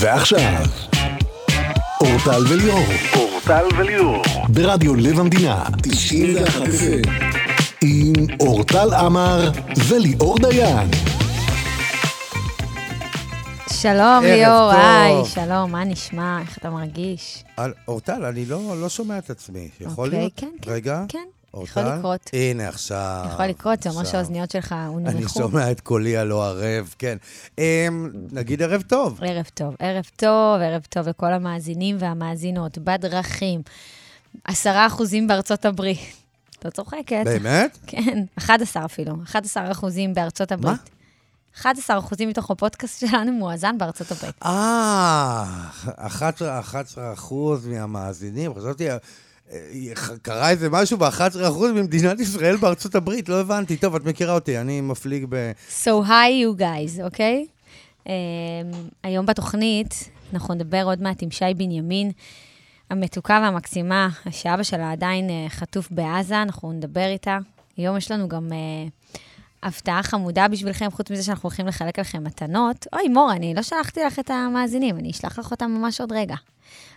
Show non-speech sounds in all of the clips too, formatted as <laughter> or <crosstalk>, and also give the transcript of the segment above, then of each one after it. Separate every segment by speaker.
Speaker 1: ועכשיו, אורטל וליאור,
Speaker 2: אורטל וליאור.
Speaker 1: ברדיו לב המדינה, 91 FM, עם אורטל עמר וליאור דיין.
Speaker 3: שלום,
Speaker 4: ערב
Speaker 3: ליאור,
Speaker 4: טוב.
Speaker 3: היי, שלום, מה נשמע? איך אתה מרגיש?
Speaker 4: אל- אורטל, אני לא, לא שומע את עצמי. יכול
Speaker 3: אוקיי,
Speaker 4: להיות?
Speaker 3: כן, כן,
Speaker 4: רגע?
Speaker 3: כן. יכול
Speaker 4: אורטל?
Speaker 3: לקרות.
Speaker 4: הנה, עכשיו.
Speaker 3: יכול לקרות, זה אומר
Speaker 4: עכשיו.
Speaker 3: שהאוזניות שלך הונמכו.
Speaker 4: אני שומע את קולי הלא ערב, כן. אמ, נגיד ערב טוב.
Speaker 3: ערב טוב, ערב טוב, ערב טוב לכל המאזינים והמאזינות בדרכים. עשרה אחוזים בארצות הברית. <laughs> אתה צוחקת.
Speaker 4: באמת?
Speaker 3: כן, 11 אפילו, 11 אחוזים בארצות הברית.
Speaker 4: מה?
Speaker 3: 11 אחוזים מתוך הפודקאסט שלנו מואזן בארצות הברית.
Speaker 4: אה, 11 11 אחוז מהמאזינים, חשבתי... אה, קרה איזה משהו ב-11% ממדינת ישראל בארצות הברית, לא הבנתי. טוב, את מכירה אותי, אני מפליג ב...
Speaker 3: So hi you guys, אוקיי? Um, היום בתוכנית אנחנו נדבר עוד מעט עם שי בנימין, המתוקה והמקסימה, שאבא שלה עדיין uh, חטוף בעזה, אנחנו נדבר איתה. היום יש לנו גם uh, הפתעה חמודה בשבילכם, חוץ מזה שאנחנו הולכים לחלק לכם מתנות. אוי, מור, אני לא שלחתי לך את המאזינים, אני אשלח לך אותם ממש עוד רגע.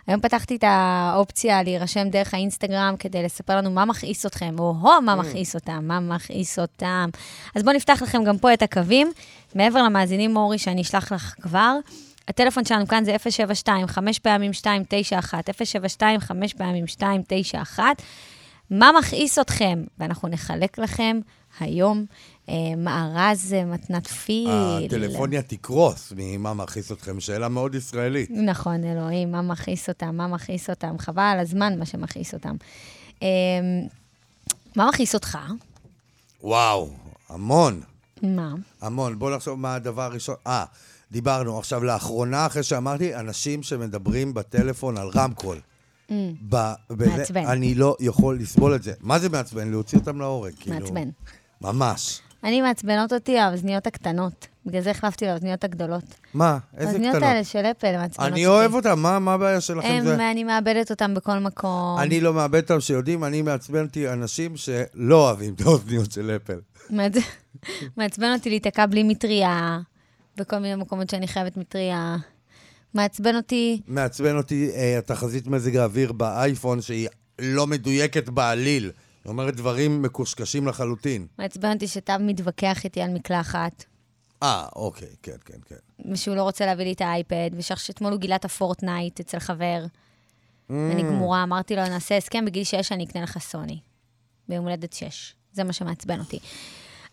Speaker 3: היום פתחתי את האופציה להירשם דרך האינסטגרם כדי לספר לנו מה מכעיס אתכם, או הו, מה מכעיס אותם, מה מכעיס אותם. אז בואו נפתח לכם גם פה את הקווים. מעבר למאזינים, מורי, שאני אשלח לך כבר. הטלפון שלנו כאן זה 072, 5 פעמים 291, 072, 5 פעמים 291. מה מכעיס אתכם? ואנחנו נחלק לכם היום אה, מארז אה, מתנת פיל.
Speaker 4: הטלפוניה תקרוס ממה מכעיס אתכם, שאלה מאוד ישראלית.
Speaker 3: נכון, אלוהים, מה מכעיס אותם, מה מכעיס אותם, חבל על הזמן מה שמכעיס אותם. אמ, מה מכעיס אותך?
Speaker 4: וואו, המון.
Speaker 3: מה?
Speaker 4: המון. בואו נחשוב מה הדבר הראשון. אה, דיברנו עכשיו לאחרונה, אחרי שאמרתי, אנשים שמדברים בטלפון על רמקול. ב- בזה-
Speaker 3: Mm. מעצבן.
Speaker 4: אני לא יכול לסבול את זה. מה זה מעצבן? להוציא אותם להורג, כאילו.
Speaker 3: מעצבן.
Speaker 4: ממש.
Speaker 3: אני מעצבנות אותי האוזניות הקטנות, בגלל זה החלפתי לאוזניות הגדולות.
Speaker 4: מה? איזה
Speaker 3: האוזניות
Speaker 4: קטנות.
Speaker 3: האלה של אפל מעצבנות אותי.
Speaker 4: אני אוהב אותם, מה מה הבעיה שלכם?
Speaker 3: הם,
Speaker 4: זה-
Speaker 3: אני מאבדת אותם בכל מקום.
Speaker 4: אני לא מאבד אותם שיודעים, אני מעצבן אותי אנשים שלא אוהבים את האוזניות של אפל.
Speaker 3: מעצ- מעצבן אותי להיתקע בלי מטריה, בכל מיני מקומות שאני חייבת מטריה. מעצבן אותי
Speaker 4: מעצבן אותי אה, התחזית מזג האוויר באייפון, שהיא לא מדויקת בעליל. היא אומרת דברים מקושקשים לחלוטין.
Speaker 3: מעצבן אותי שטב מתווכח איתי על מקלחת,
Speaker 4: אה, אוקיי, כן, כן, כן.
Speaker 3: ושהוא לא רוצה להביא לי את האייפד, ושאתמול הוא גילה את הפורטנייט אצל חבר. אני גמורה, אמרתי לו, נעשה הסכם, בגיל שש אני אקנה לך סוני. ביום הולדת שש. זה מה שמעצבן אותי.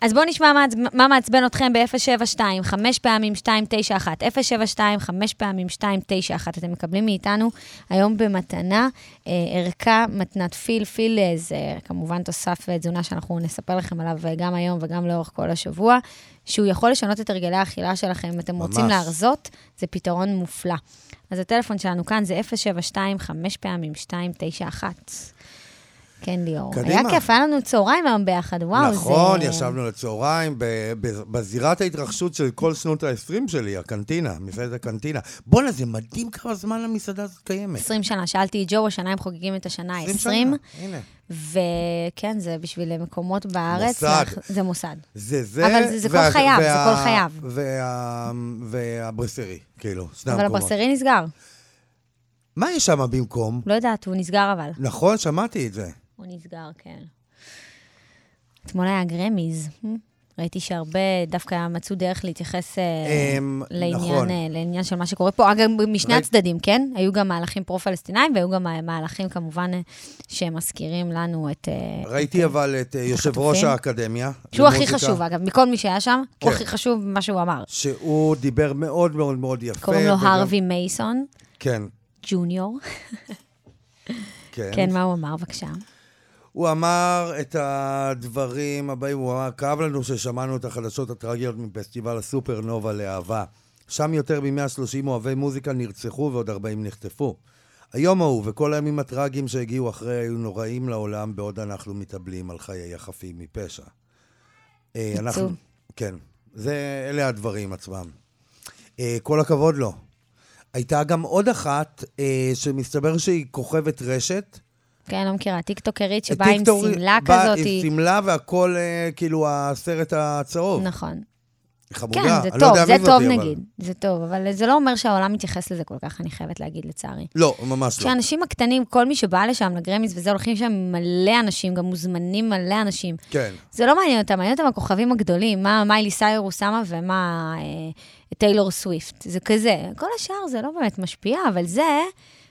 Speaker 3: אז בואו נשמע מה עצ- מה מעצבן אתכם ב-072, 5 פעמים 291. 072, 5 פעמים 291. אתם מקבלים מאיתנו היום במתנה אה, ערכה מתנת פיל. פיל אה, זה כמובן תוסף אה, תזונה שאנחנו נספר לכם עליו אה, גם היום וגם לאורך כל השבוע, שהוא יכול לשנות את הרגלי האכילה שלכם. אם אתם רוצים
Speaker 4: ממש.
Speaker 3: להרז... זאת, זה פתרון מופלא. אז הטלפון שלנו כאן זה 072 5 פעמים 291. כן, ליאור.
Speaker 4: קדימה.
Speaker 3: היה כיף, היה לנו צהריים היום ביחד, וואו,
Speaker 4: נכון,
Speaker 3: זה...
Speaker 4: ישבנו לצהריים ב- ב- בזירת ההתרחשות של כל שנות ה-20 שלי, הקנטינה, מסעדת הקנטינה. בואנה, זה מדהים כמה זמן המסעדה הזאת קיימת.
Speaker 3: 20 שנה, שאלתי את ג'ו, השנה הם חוגגים את השנה ה-20.
Speaker 4: שנה, הנה.
Speaker 3: וכן, זה בשביל מקומות בארץ.
Speaker 4: מוסד.
Speaker 3: זה מוסד.
Speaker 4: זה זה.
Speaker 3: אבל זה- זה כל חייו, זה כל חייו.
Speaker 4: וה- והברסרי, כאילו, שני
Speaker 3: אבל
Speaker 4: המקומות.
Speaker 3: הברסרי נסגר.
Speaker 4: מה יש שם במקום?
Speaker 3: לא יודעת, הוא נסגר אבל.
Speaker 4: נכון, שמעתי את זה.
Speaker 3: הוא נסגר, כן. אתמול היה גרמיז. ראיתי שהרבה דווקא מצאו דרך להתייחס אה,
Speaker 4: אמ,
Speaker 3: לעניין,
Speaker 4: נכון.
Speaker 3: אה, לעניין של מה שקורה פה. אגב, משני
Speaker 4: ראית-
Speaker 3: הצדדים, כן? היו גם מהלכים פרו-פלסטינאים, והיו גם מה- מהלכים כמובן אה, שמזכירים לנו את... אה,
Speaker 4: ראיתי אבל את אה, יושב ראש
Speaker 3: החטופים?
Speaker 4: האקדמיה.
Speaker 3: שהוא הכי
Speaker 4: למוזיקה,
Speaker 3: חשוב, אגב, מכל מי שהיה שם, הוא
Speaker 4: כן.
Speaker 3: הכי חשוב ממה שהוא אמר.
Speaker 4: שהוא דיבר מאוד מאוד מאוד יפה.
Speaker 3: קוראים לו
Speaker 4: וגם-
Speaker 3: הרווי מייסון,
Speaker 4: כן,
Speaker 3: ג'וניור.
Speaker 4: כן.
Speaker 3: כן, מה הוא אמר, בבקשה?
Speaker 4: הוא אמר את הדברים הבאים, הוא אמר, כאב לנו ששמענו את החדשות הטרגיות מפסטיבל הסופרנובה לאהבה. שם יותר מ-130 אוהבי מוזיקה נרצחו ועוד 40 נחטפו. היום ההוא וכל הימים הטרגיים שהגיעו אחרי היו נוראים לעולם, בעוד אנחנו מתאבלים על חיי החפים מפשע. אה, אנחנו... כן. זה, אלה הדברים עצמם. אה, כל הכבוד לו. הייתה גם עוד אחת, אה, שמסתבר שהיא כוכבת רשת,
Speaker 3: כן, לא מכירה. טיקטוקרית שבאה עם
Speaker 4: טיקטוק
Speaker 3: שמלה
Speaker 4: בא
Speaker 3: כזאת.
Speaker 4: אה, עם
Speaker 3: היא-
Speaker 4: שמלה והכל, אה, כאילו, הסרט הצהוב.
Speaker 3: נכון.
Speaker 4: חמודה.
Speaker 3: כן, זה
Speaker 4: אני לא
Speaker 3: טוב,
Speaker 4: יודע
Speaker 3: זה
Speaker 4: מי
Speaker 3: טוב
Speaker 4: זאתי, אבל-
Speaker 3: נגיד, זה טוב, אבל זה לא אומר שהעולם מתייחס לזה כל כך, אני חייבת להגיד, לצערי.
Speaker 4: לא, ממש לא.
Speaker 3: כשהאנשים הקטנים, כל מי שבא לשם, לגרמיס וזה, הולכים שם מלא אנשים, גם מוזמנים מלא אנשים.
Speaker 4: כן.
Speaker 3: זה לא מעניין אותם, מעניין אותם הכוכבים הגדולים, מה מיילי סיירוס שמה ומה אה, טיילור סוויפט. זה כזה. כל השאר זה לא באמת משפיע, אבל זה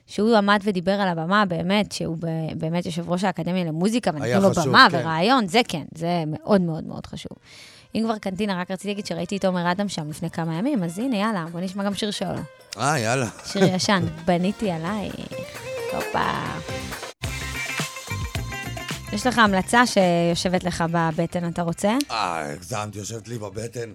Speaker 3: שהוא עמד ודיבר על הבמה, באמת, שהוא ב, באמת יושב ראש האקדמיה למוזיקה,
Speaker 4: היה
Speaker 3: ונתנו לו
Speaker 4: חשוב,
Speaker 3: במה
Speaker 4: כן.
Speaker 3: ורעיון, זה כן, זה מאוד מאוד מאוד חשוב. אם כבר קנטינה, רק רציתי להגיד שראיתי את עומר אדם שם לפני כמה ימים, אז הנה, יאללה, בוא נשמע גם שיר שעולה.
Speaker 4: אה, יאללה.
Speaker 3: שיר ישן, בניתי עלייך. הופה. יש לך המלצה שיושבת לך בבטן, אתה רוצה?
Speaker 4: אה, הגזמת, יושבת לי בבטן.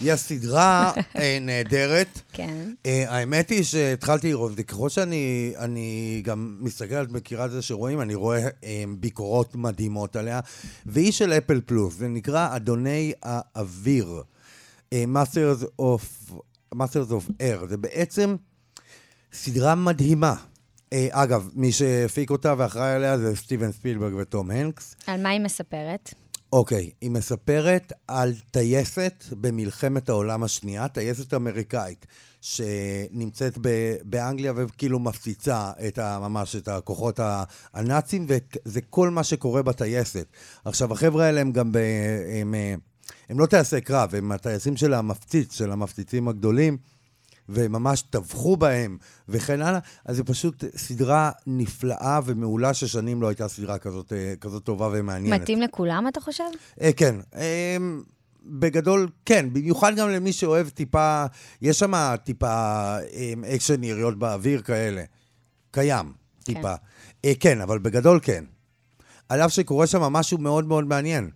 Speaker 4: היא הסדרה אה, נהדרת.
Speaker 3: כן.
Speaker 4: אה, האמת היא שהתחלתי לראות, וככל שאני אני גם מסתכל, את מכירה את זה שרואים, אני רואה אה, ביקורות מדהימות עליה, והיא של אפל פלוס, זה נקרא אדוני האוויר, אה, Masters of, Masters of Air, זה בעצם סדרה מדהימה. אה, אגב, מי שהפיק אותה ואחראי עליה זה סטיבן ספילברג ותום הנקס.
Speaker 3: על מה היא מספרת?
Speaker 4: אוקיי, היא מספרת על טייסת במלחמת העולם השנייה, טייסת אמריקאית, שנמצאת ב- באנגליה וכאילו מפציצה את ה, ממש את הכוחות ה- הנאצים, וזה כל מה שקורה בטייסת. עכשיו, החבר'ה האלה הם גם ב... הם, אה, הם לא טייסי קרב, הם הטייסים של המפציץ, של המפציצים הגדולים. וממש טבחו בהם וכן הלאה, אז זו פשוט סדרה נפלאה ומעולה ששנים לא הייתה סדרה כזאת, אה, כזאת טובה ומעניינת.
Speaker 3: מתאים לכולם, אתה חושב?
Speaker 4: אה, כן. אה, בגדול, כן. במיוחד גם למי שאוהב טיפה... יש שם טיפה אה, אקשן יריות באוויר כאלה. קיים, טיפה. כן, אה, כן אבל בגדול כן. על אף שקורה שם משהו מאוד מאוד מעניין.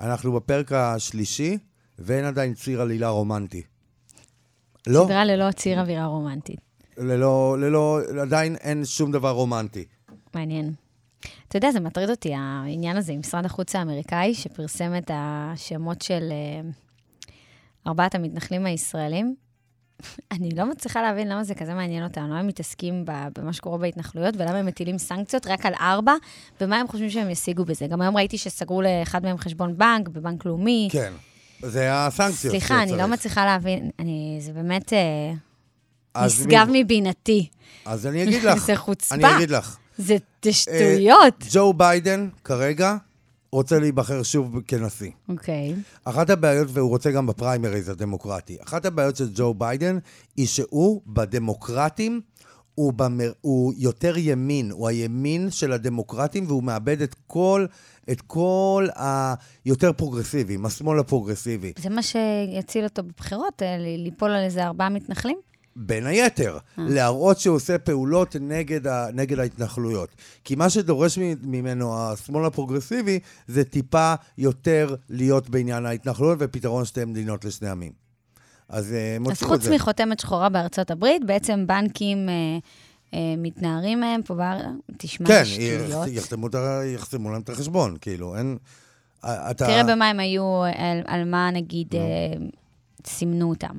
Speaker 4: אנחנו בפרק השלישי, ואין עדיין ציר עלילה רומנטי. לא,
Speaker 3: סדרה ללא ציר אווירה רומנטית.
Speaker 4: ללא, ללא, עדיין אין שום דבר רומנטי.
Speaker 3: מעניין. אתה יודע, זה מטריד אותי, העניין הזה עם משרד החוץ האמריקאי, שפרסם את השמות של אה, ארבעת המתנחלים הישראלים. <laughs> אני לא מצליחה להבין למה זה כזה מעניין אותם, למה הם מתעסקים ב- במה שקורה בהתנחלויות, ולמה הם מטילים סנקציות רק על ארבע, ומה הם חושבים שהם ישיגו בזה. גם היום ראיתי שסגרו לאחד מהם חשבון בנק, בבנק לאומי.
Speaker 4: כן. זה הסנקציות.
Speaker 3: סליחה, אני
Speaker 4: שצריך.
Speaker 3: לא מצליחה להבין, אני, זה באמת אה,
Speaker 4: אז
Speaker 3: נשגב
Speaker 4: מי-
Speaker 3: מבינתי.
Speaker 4: אז אני אגיד לך.
Speaker 3: <laughs> זה חוצפה.
Speaker 4: אני אגיד לך.
Speaker 3: זה זה
Speaker 4: אה,
Speaker 3: שטויות.
Speaker 4: ג'ו ביידן כרגע רוצה להיבחר שוב כנשיא.
Speaker 3: אוקיי.
Speaker 4: אחת הבעיות, והוא רוצה גם בפריימריז הדמוקרטי, אחת הבעיות של ג'ו ביידן היא שהוא בדמוקרטים, הוא, במר... הוא יותר ימין, הוא הימין של הדמוקרטים והוא מאבד את כל, את כל היותר פרוגרסיבים, השמאל הפרוגרסיבי.
Speaker 3: זה מה שיציל אותו בבחירות, אה, ל- ליפול על איזה ארבעה מתנחלים?
Speaker 4: בין היתר,
Speaker 3: אה.
Speaker 4: להראות שהוא עושה פעולות נגד, ה, נגד ההתנחלויות. כי מה שדורש מ- ממנו השמאל הפרוגרסיבי, זה טיפה יותר להיות בעניין ההתנחלויות ופתרון שתי מדינות לשני עמים. אז אה, הם
Speaker 3: אז
Speaker 4: הוציאו את
Speaker 3: חוץ
Speaker 4: זה.
Speaker 3: מחותמת שחורה בארצות הברית, בעצם בנקים אה, אה, מתנערים מהם פה בארץ. תשמע,
Speaker 4: כן,
Speaker 3: זה שטויות.
Speaker 4: יחתמו, את ה- יחתמו להם את החשבון, כאילו, אין... אה, אתה...
Speaker 3: תראה במה הם היו, אה, על, על מה נגיד אה, סימנו אותם.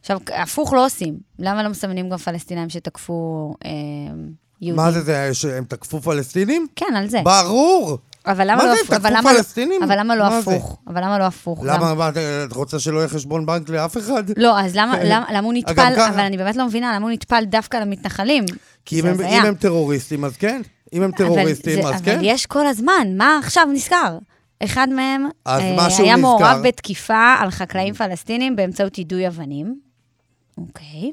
Speaker 3: עכשיו, כ- הפוך לא עושים. למה לא מסמנים גם פלסטינאים שתקפו אה, יהודים?
Speaker 4: מה זה, זה שהם תקפו פלסטינים?
Speaker 3: כן, על זה.
Speaker 4: ברור!
Speaker 3: אבל למה
Speaker 4: מה
Speaker 3: לא
Speaker 4: זה,
Speaker 3: הפוך? אבל
Speaker 4: תקפו
Speaker 3: למה לא-
Speaker 4: פלסטינים?
Speaker 3: אבל למה לא
Speaker 4: מה זה?
Speaker 3: הפוך? אבל למה לא הפוך? גם-
Speaker 4: למה, מה, את רוצה שלא יהיה חשבון בנק לאף אחד?
Speaker 3: לא, אז למה, למה, למה הוא
Speaker 4: כן. אגב,
Speaker 3: נטפל,
Speaker 4: ככה-
Speaker 3: אבל אני באמת לא מבינה, למה הוא נטפל דווקא למתנחלים?
Speaker 4: כי אם
Speaker 3: זה
Speaker 4: הם,
Speaker 3: הזיה.
Speaker 4: אם הם טרוריסטים, אז כן. אם הם טרוריסטים,
Speaker 3: אבל
Speaker 4: אז
Speaker 3: זה-
Speaker 4: כן.
Speaker 3: אבל יש כל הזמן, מה עכשיו נזכר? אחד מהם
Speaker 4: אז
Speaker 3: אה,
Speaker 4: משהו
Speaker 3: היה
Speaker 4: נזכר.
Speaker 3: מעורב בתקיפה על חקלאים פלסטינים באמצעות יידוי אבנים. אוקיי.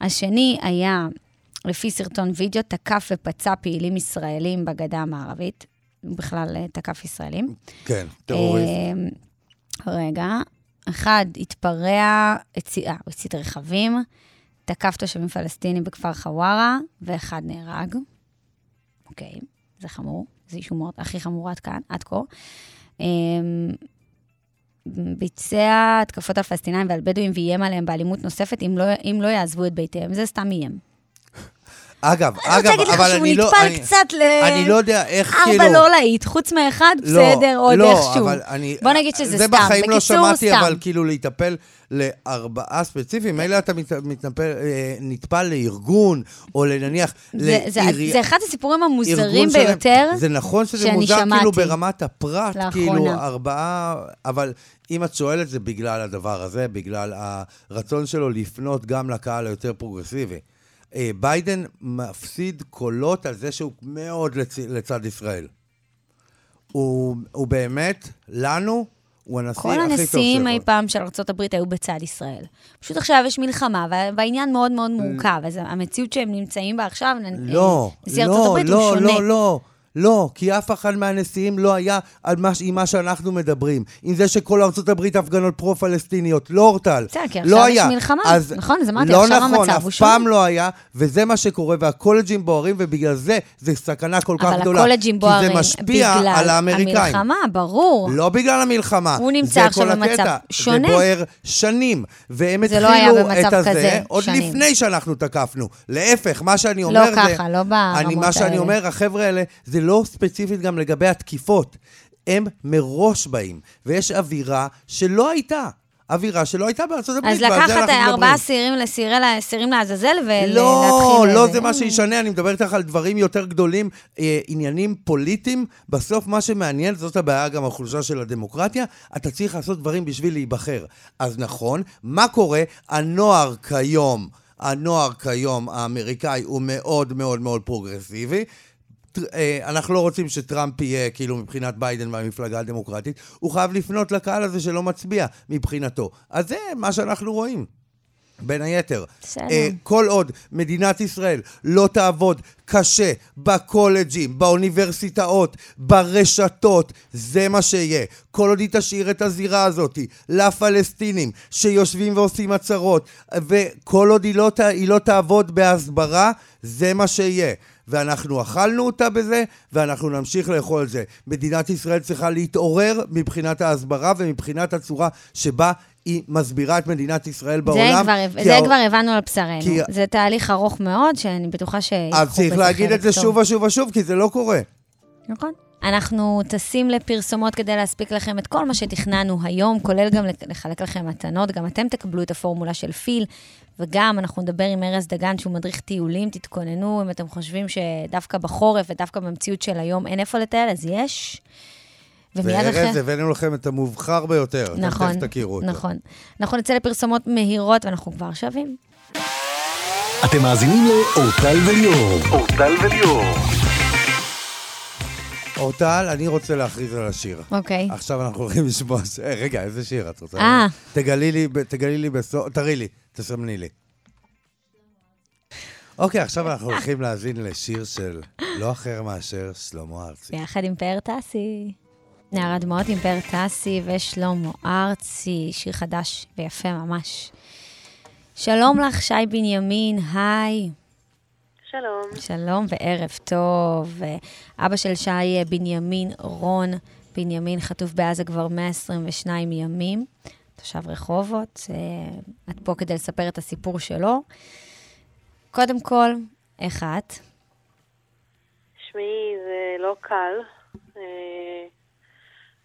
Speaker 3: השני היה, לפי סרטון וידאו, תקף ופצע פעילים ישראלים בגדה המערבית. הוא בכלל אה, תקף ישראלים.
Speaker 4: כן, טרוריסט.
Speaker 3: אה, רגע, אחד התפרע, הצי- אה, הוא הצית רכבים, תקף תושבים פלסטינים בכפר חווארה, ואחד נהרג. אוקיי, זה חמור, זה אישום מאוד- הכי חמור עד כאן, עד כה. אה, ביצע התקפות על פלסטינאים ועל בדואים ואיים עליהם באלימות נוספת אם לא, אם לא יעזבו את ביתיהם. זה סתם איים.
Speaker 4: אגב,
Speaker 3: אני רוצה
Speaker 4: אגב,
Speaker 3: להגיד לך
Speaker 4: אבל
Speaker 3: שהוא
Speaker 4: אני לא...
Speaker 3: נטפל
Speaker 4: אני-
Speaker 3: קצת ל...
Speaker 4: אני לא יודע איך, כאילו...
Speaker 3: ארבע לא להיט, חוץ מאחד, בסדר, עוד
Speaker 4: לא,
Speaker 3: איכשהו.
Speaker 4: אבל אני...
Speaker 3: בוא נגיד שזה
Speaker 4: זה
Speaker 3: סתם.
Speaker 4: בחיים לא
Speaker 3: בקיצור,
Speaker 4: שמעתי,
Speaker 3: סתם.
Speaker 4: אבל כאילו להיטפל לארבעה ספציפיים, מילא אתה מת, מתנפל, אה, נטפל לארגון, או לנניח...
Speaker 3: זה- זה-
Speaker 4: לעירייה-
Speaker 3: זה אחד הסיפורים המוזרים
Speaker 4: כאילו, ארגון שלם.
Speaker 3: ביותר.
Speaker 4: זה נכון שזה
Speaker 3: שאני
Speaker 4: מוזר כאילו
Speaker 3: שמעתי.
Speaker 4: ברמת הפרט,
Speaker 3: לאחרונה.
Speaker 4: כאילו ארבעה, אבל אם את שואלת זה בגלל הדבר הזה, בגלל הרצון שלו לפנות גם לקהל היותר פרוגרסיבי. אה, ביידן מפסיד קולות על זה שהוא מאוד לצ... לצד ישראל. הוא, הוא באמת, לנו, הוא הנשיא הכי
Speaker 3: כל
Speaker 4: טוב שלו.
Speaker 3: הנשיאים אי פעם של ארה"ב היו בצד ישראל. פשוט עכשיו יש מלחמה, וה- והעניין מאוד מאוד מורכב, אז המציאות שהם נמצאים בה עכשיו, נ-
Speaker 4: Mm. לא,
Speaker 3: אה, נשיא
Speaker 4: לא,
Speaker 3: ארה"ב הוא
Speaker 4: לא,
Speaker 3: שונה.
Speaker 4: לא, לא. לא, כי אף אחד מהנשיאים לא היה על מה, ש- עם מה שאנחנו מדברים. עם זה שכל ארצות הברית הפגנות פרו-פלסטיניות, לא אורטל.
Speaker 3: בסדר, כי
Speaker 4: לא
Speaker 3: עכשיו יש
Speaker 4: היה.
Speaker 3: מלחמה.
Speaker 4: אז
Speaker 3: נכון, אז אמרתי,
Speaker 4: לא
Speaker 3: עכשיו
Speaker 4: נכון,
Speaker 3: המצב
Speaker 4: אף
Speaker 3: הוא שונה.
Speaker 4: פעם לא היה, וזה מה שקורה, והקולג'ים בוערים, ובגלל זה זה סכנה כל כך
Speaker 3: אבל
Speaker 4: גדולה.
Speaker 3: הקולג'ים בוערים
Speaker 4: כי זה משפיע
Speaker 3: בגלל
Speaker 4: על האמריקאים.
Speaker 3: המלחמה, ברור.
Speaker 4: לא בגלל המלחמה.
Speaker 3: הוא נמצא
Speaker 4: זה
Speaker 3: עכשיו
Speaker 4: כל
Speaker 3: במצב
Speaker 4: הקטע.
Speaker 3: שונה.
Speaker 4: זה בוער שנים, והם
Speaker 3: זה לא היה
Speaker 4: התחילו
Speaker 3: במצב
Speaker 4: את הזה
Speaker 3: כזה
Speaker 4: עוד
Speaker 3: שנים.
Speaker 4: לפני שאנחנו תקפנו. להפך, מה שאני אומר
Speaker 3: לא
Speaker 4: זה...
Speaker 3: ככה, לא ברמות
Speaker 4: אני, מה שאני
Speaker 3: האלה.
Speaker 4: אומר, החבר'ה האלה, זה לא ספציפית גם לגבי התקיפות. הם מראש באים, ויש אווירה שלא הייתה. אווירה שלא הייתה בארצות הברית,
Speaker 3: אז
Speaker 4: ועל זה
Speaker 3: לקחת
Speaker 4: אנחנו מדברים.
Speaker 3: ארבעה שעירים לסירי- לאסירים לעזאזל ולהתחיל...
Speaker 4: לא, לא
Speaker 3: אה,
Speaker 4: זה מה שישנה, אני מדבר איתך על דברים יותר גדולים, אה, עניינים פוליטיים. בסוף מה שמעניין, זאת הבעיה גם החולשה של הדמוקרטיה, אתה צריך לעשות דברים בשביל להיבחר. אז נכון, מה קורה? הנוער כיום, הנוער כיום האמריקאי הוא מאוד מאוד מאוד פרוגרסיבי. טר- אה, אנחנו לא רוצים שטראמפ יהיה, כאילו, מבחינת ביידן והמפלגה הדמוקרטית, הוא חייב לפנות לקהל הזה שלא מצביע מבחינתו. אז זה מה שאנחנו רואים. בין היתר.
Speaker 3: בסדר.
Speaker 4: אה, כל עוד מדינת ישראל לא תעבוד קשה בקולג'ים, באוניברסיטאות, ברשתות, זה מה שיהיה. כל עוד היא תשאיר את הזירה הזאת לפלסטינים שיושבים ועושים עצרות, וכל עוד היא לא, ת- היא לא תעבוד בהסברה, זה מה שיהיה. ואנחנו אכלנו אותה בזה, ואנחנו נמשיך לאכול את זה. מדינת ישראל צריכה להתעורר מבחינת ההסברה ומבחינת הצורה שבה היא מסבירה את מדינת ישראל בעולם.
Speaker 3: זה כבר,
Speaker 4: כי
Speaker 3: זה
Speaker 4: הא-
Speaker 3: כבר הבנו על בשרנו.
Speaker 4: כי-
Speaker 3: זה תהליך ארוך מאוד, שאני בטוחה שיקחו
Speaker 4: אז צריך
Speaker 3: בזה
Speaker 4: להגיד
Speaker 3: חלק
Speaker 4: את זה
Speaker 3: טוב.
Speaker 4: שוב ושוב ושוב, כי זה לא קורה.
Speaker 3: נכון. אנחנו טסים לפרסומות כדי להספיק לכם את כל מה שתכננו היום, כולל גם לחלק לכם מתנות. גם אתם תקבלו את הפורמולה של פיל, וגם אנחנו נדבר עם ארז דגן, שהוא מדריך טיולים. תתכוננו, אם אתם חושבים שדווקא בחורף ודווקא במציאות של היום אין איפה לטייל, אז יש. ומיד אחרי...
Speaker 4: וארז, הבאנו לכם את המובחר ביותר. אתם
Speaker 3: נכון,
Speaker 4: תכף תכירו אותו.
Speaker 3: נכון. אנחנו נצא לפרסומות מהירות, ואנחנו כבר שווים.
Speaker 1: אתם מאזינים לאורטל וליאור. אורטל וליאור.
Speaker 4: אורטל, אני רוצה להכריז על השיר.
Speaker 3: אוקיי.
Speaker 4: עכשיו אנחנו הולכים לשמוע... ש- אה, רגע, איזה שיר את רוצה?
Speaker 3: אה.
Speaker 4: תגלי לי, ב- תגלי לי בסוף... תראי לי, תסמני לי. אוקיי, עכשיו אנחנו
Speaker 3: אה.
Speaker 4: הולכים להאזין לשיר של לא אחר מאשר שלמה ארצי.
Speaker 3: ביחד עם פאר טסי. נערת דמעות עם פאר טסי ושלמה ארצי, שיר חדש ויפה ממש. שלום לך, שי בנימין, היי.
Speaker 2: שלום,
Speaker 3: שלום וערב טוב. אבא של שי אה, בנימין רון בנימין חטוף בעזה כבר 122 ימים, תושב רחובות. אה, את פה כדי לספר את הסיפור שלו. קודם כל, איך את?
Speaker 2: שמי זה לא קל. אה,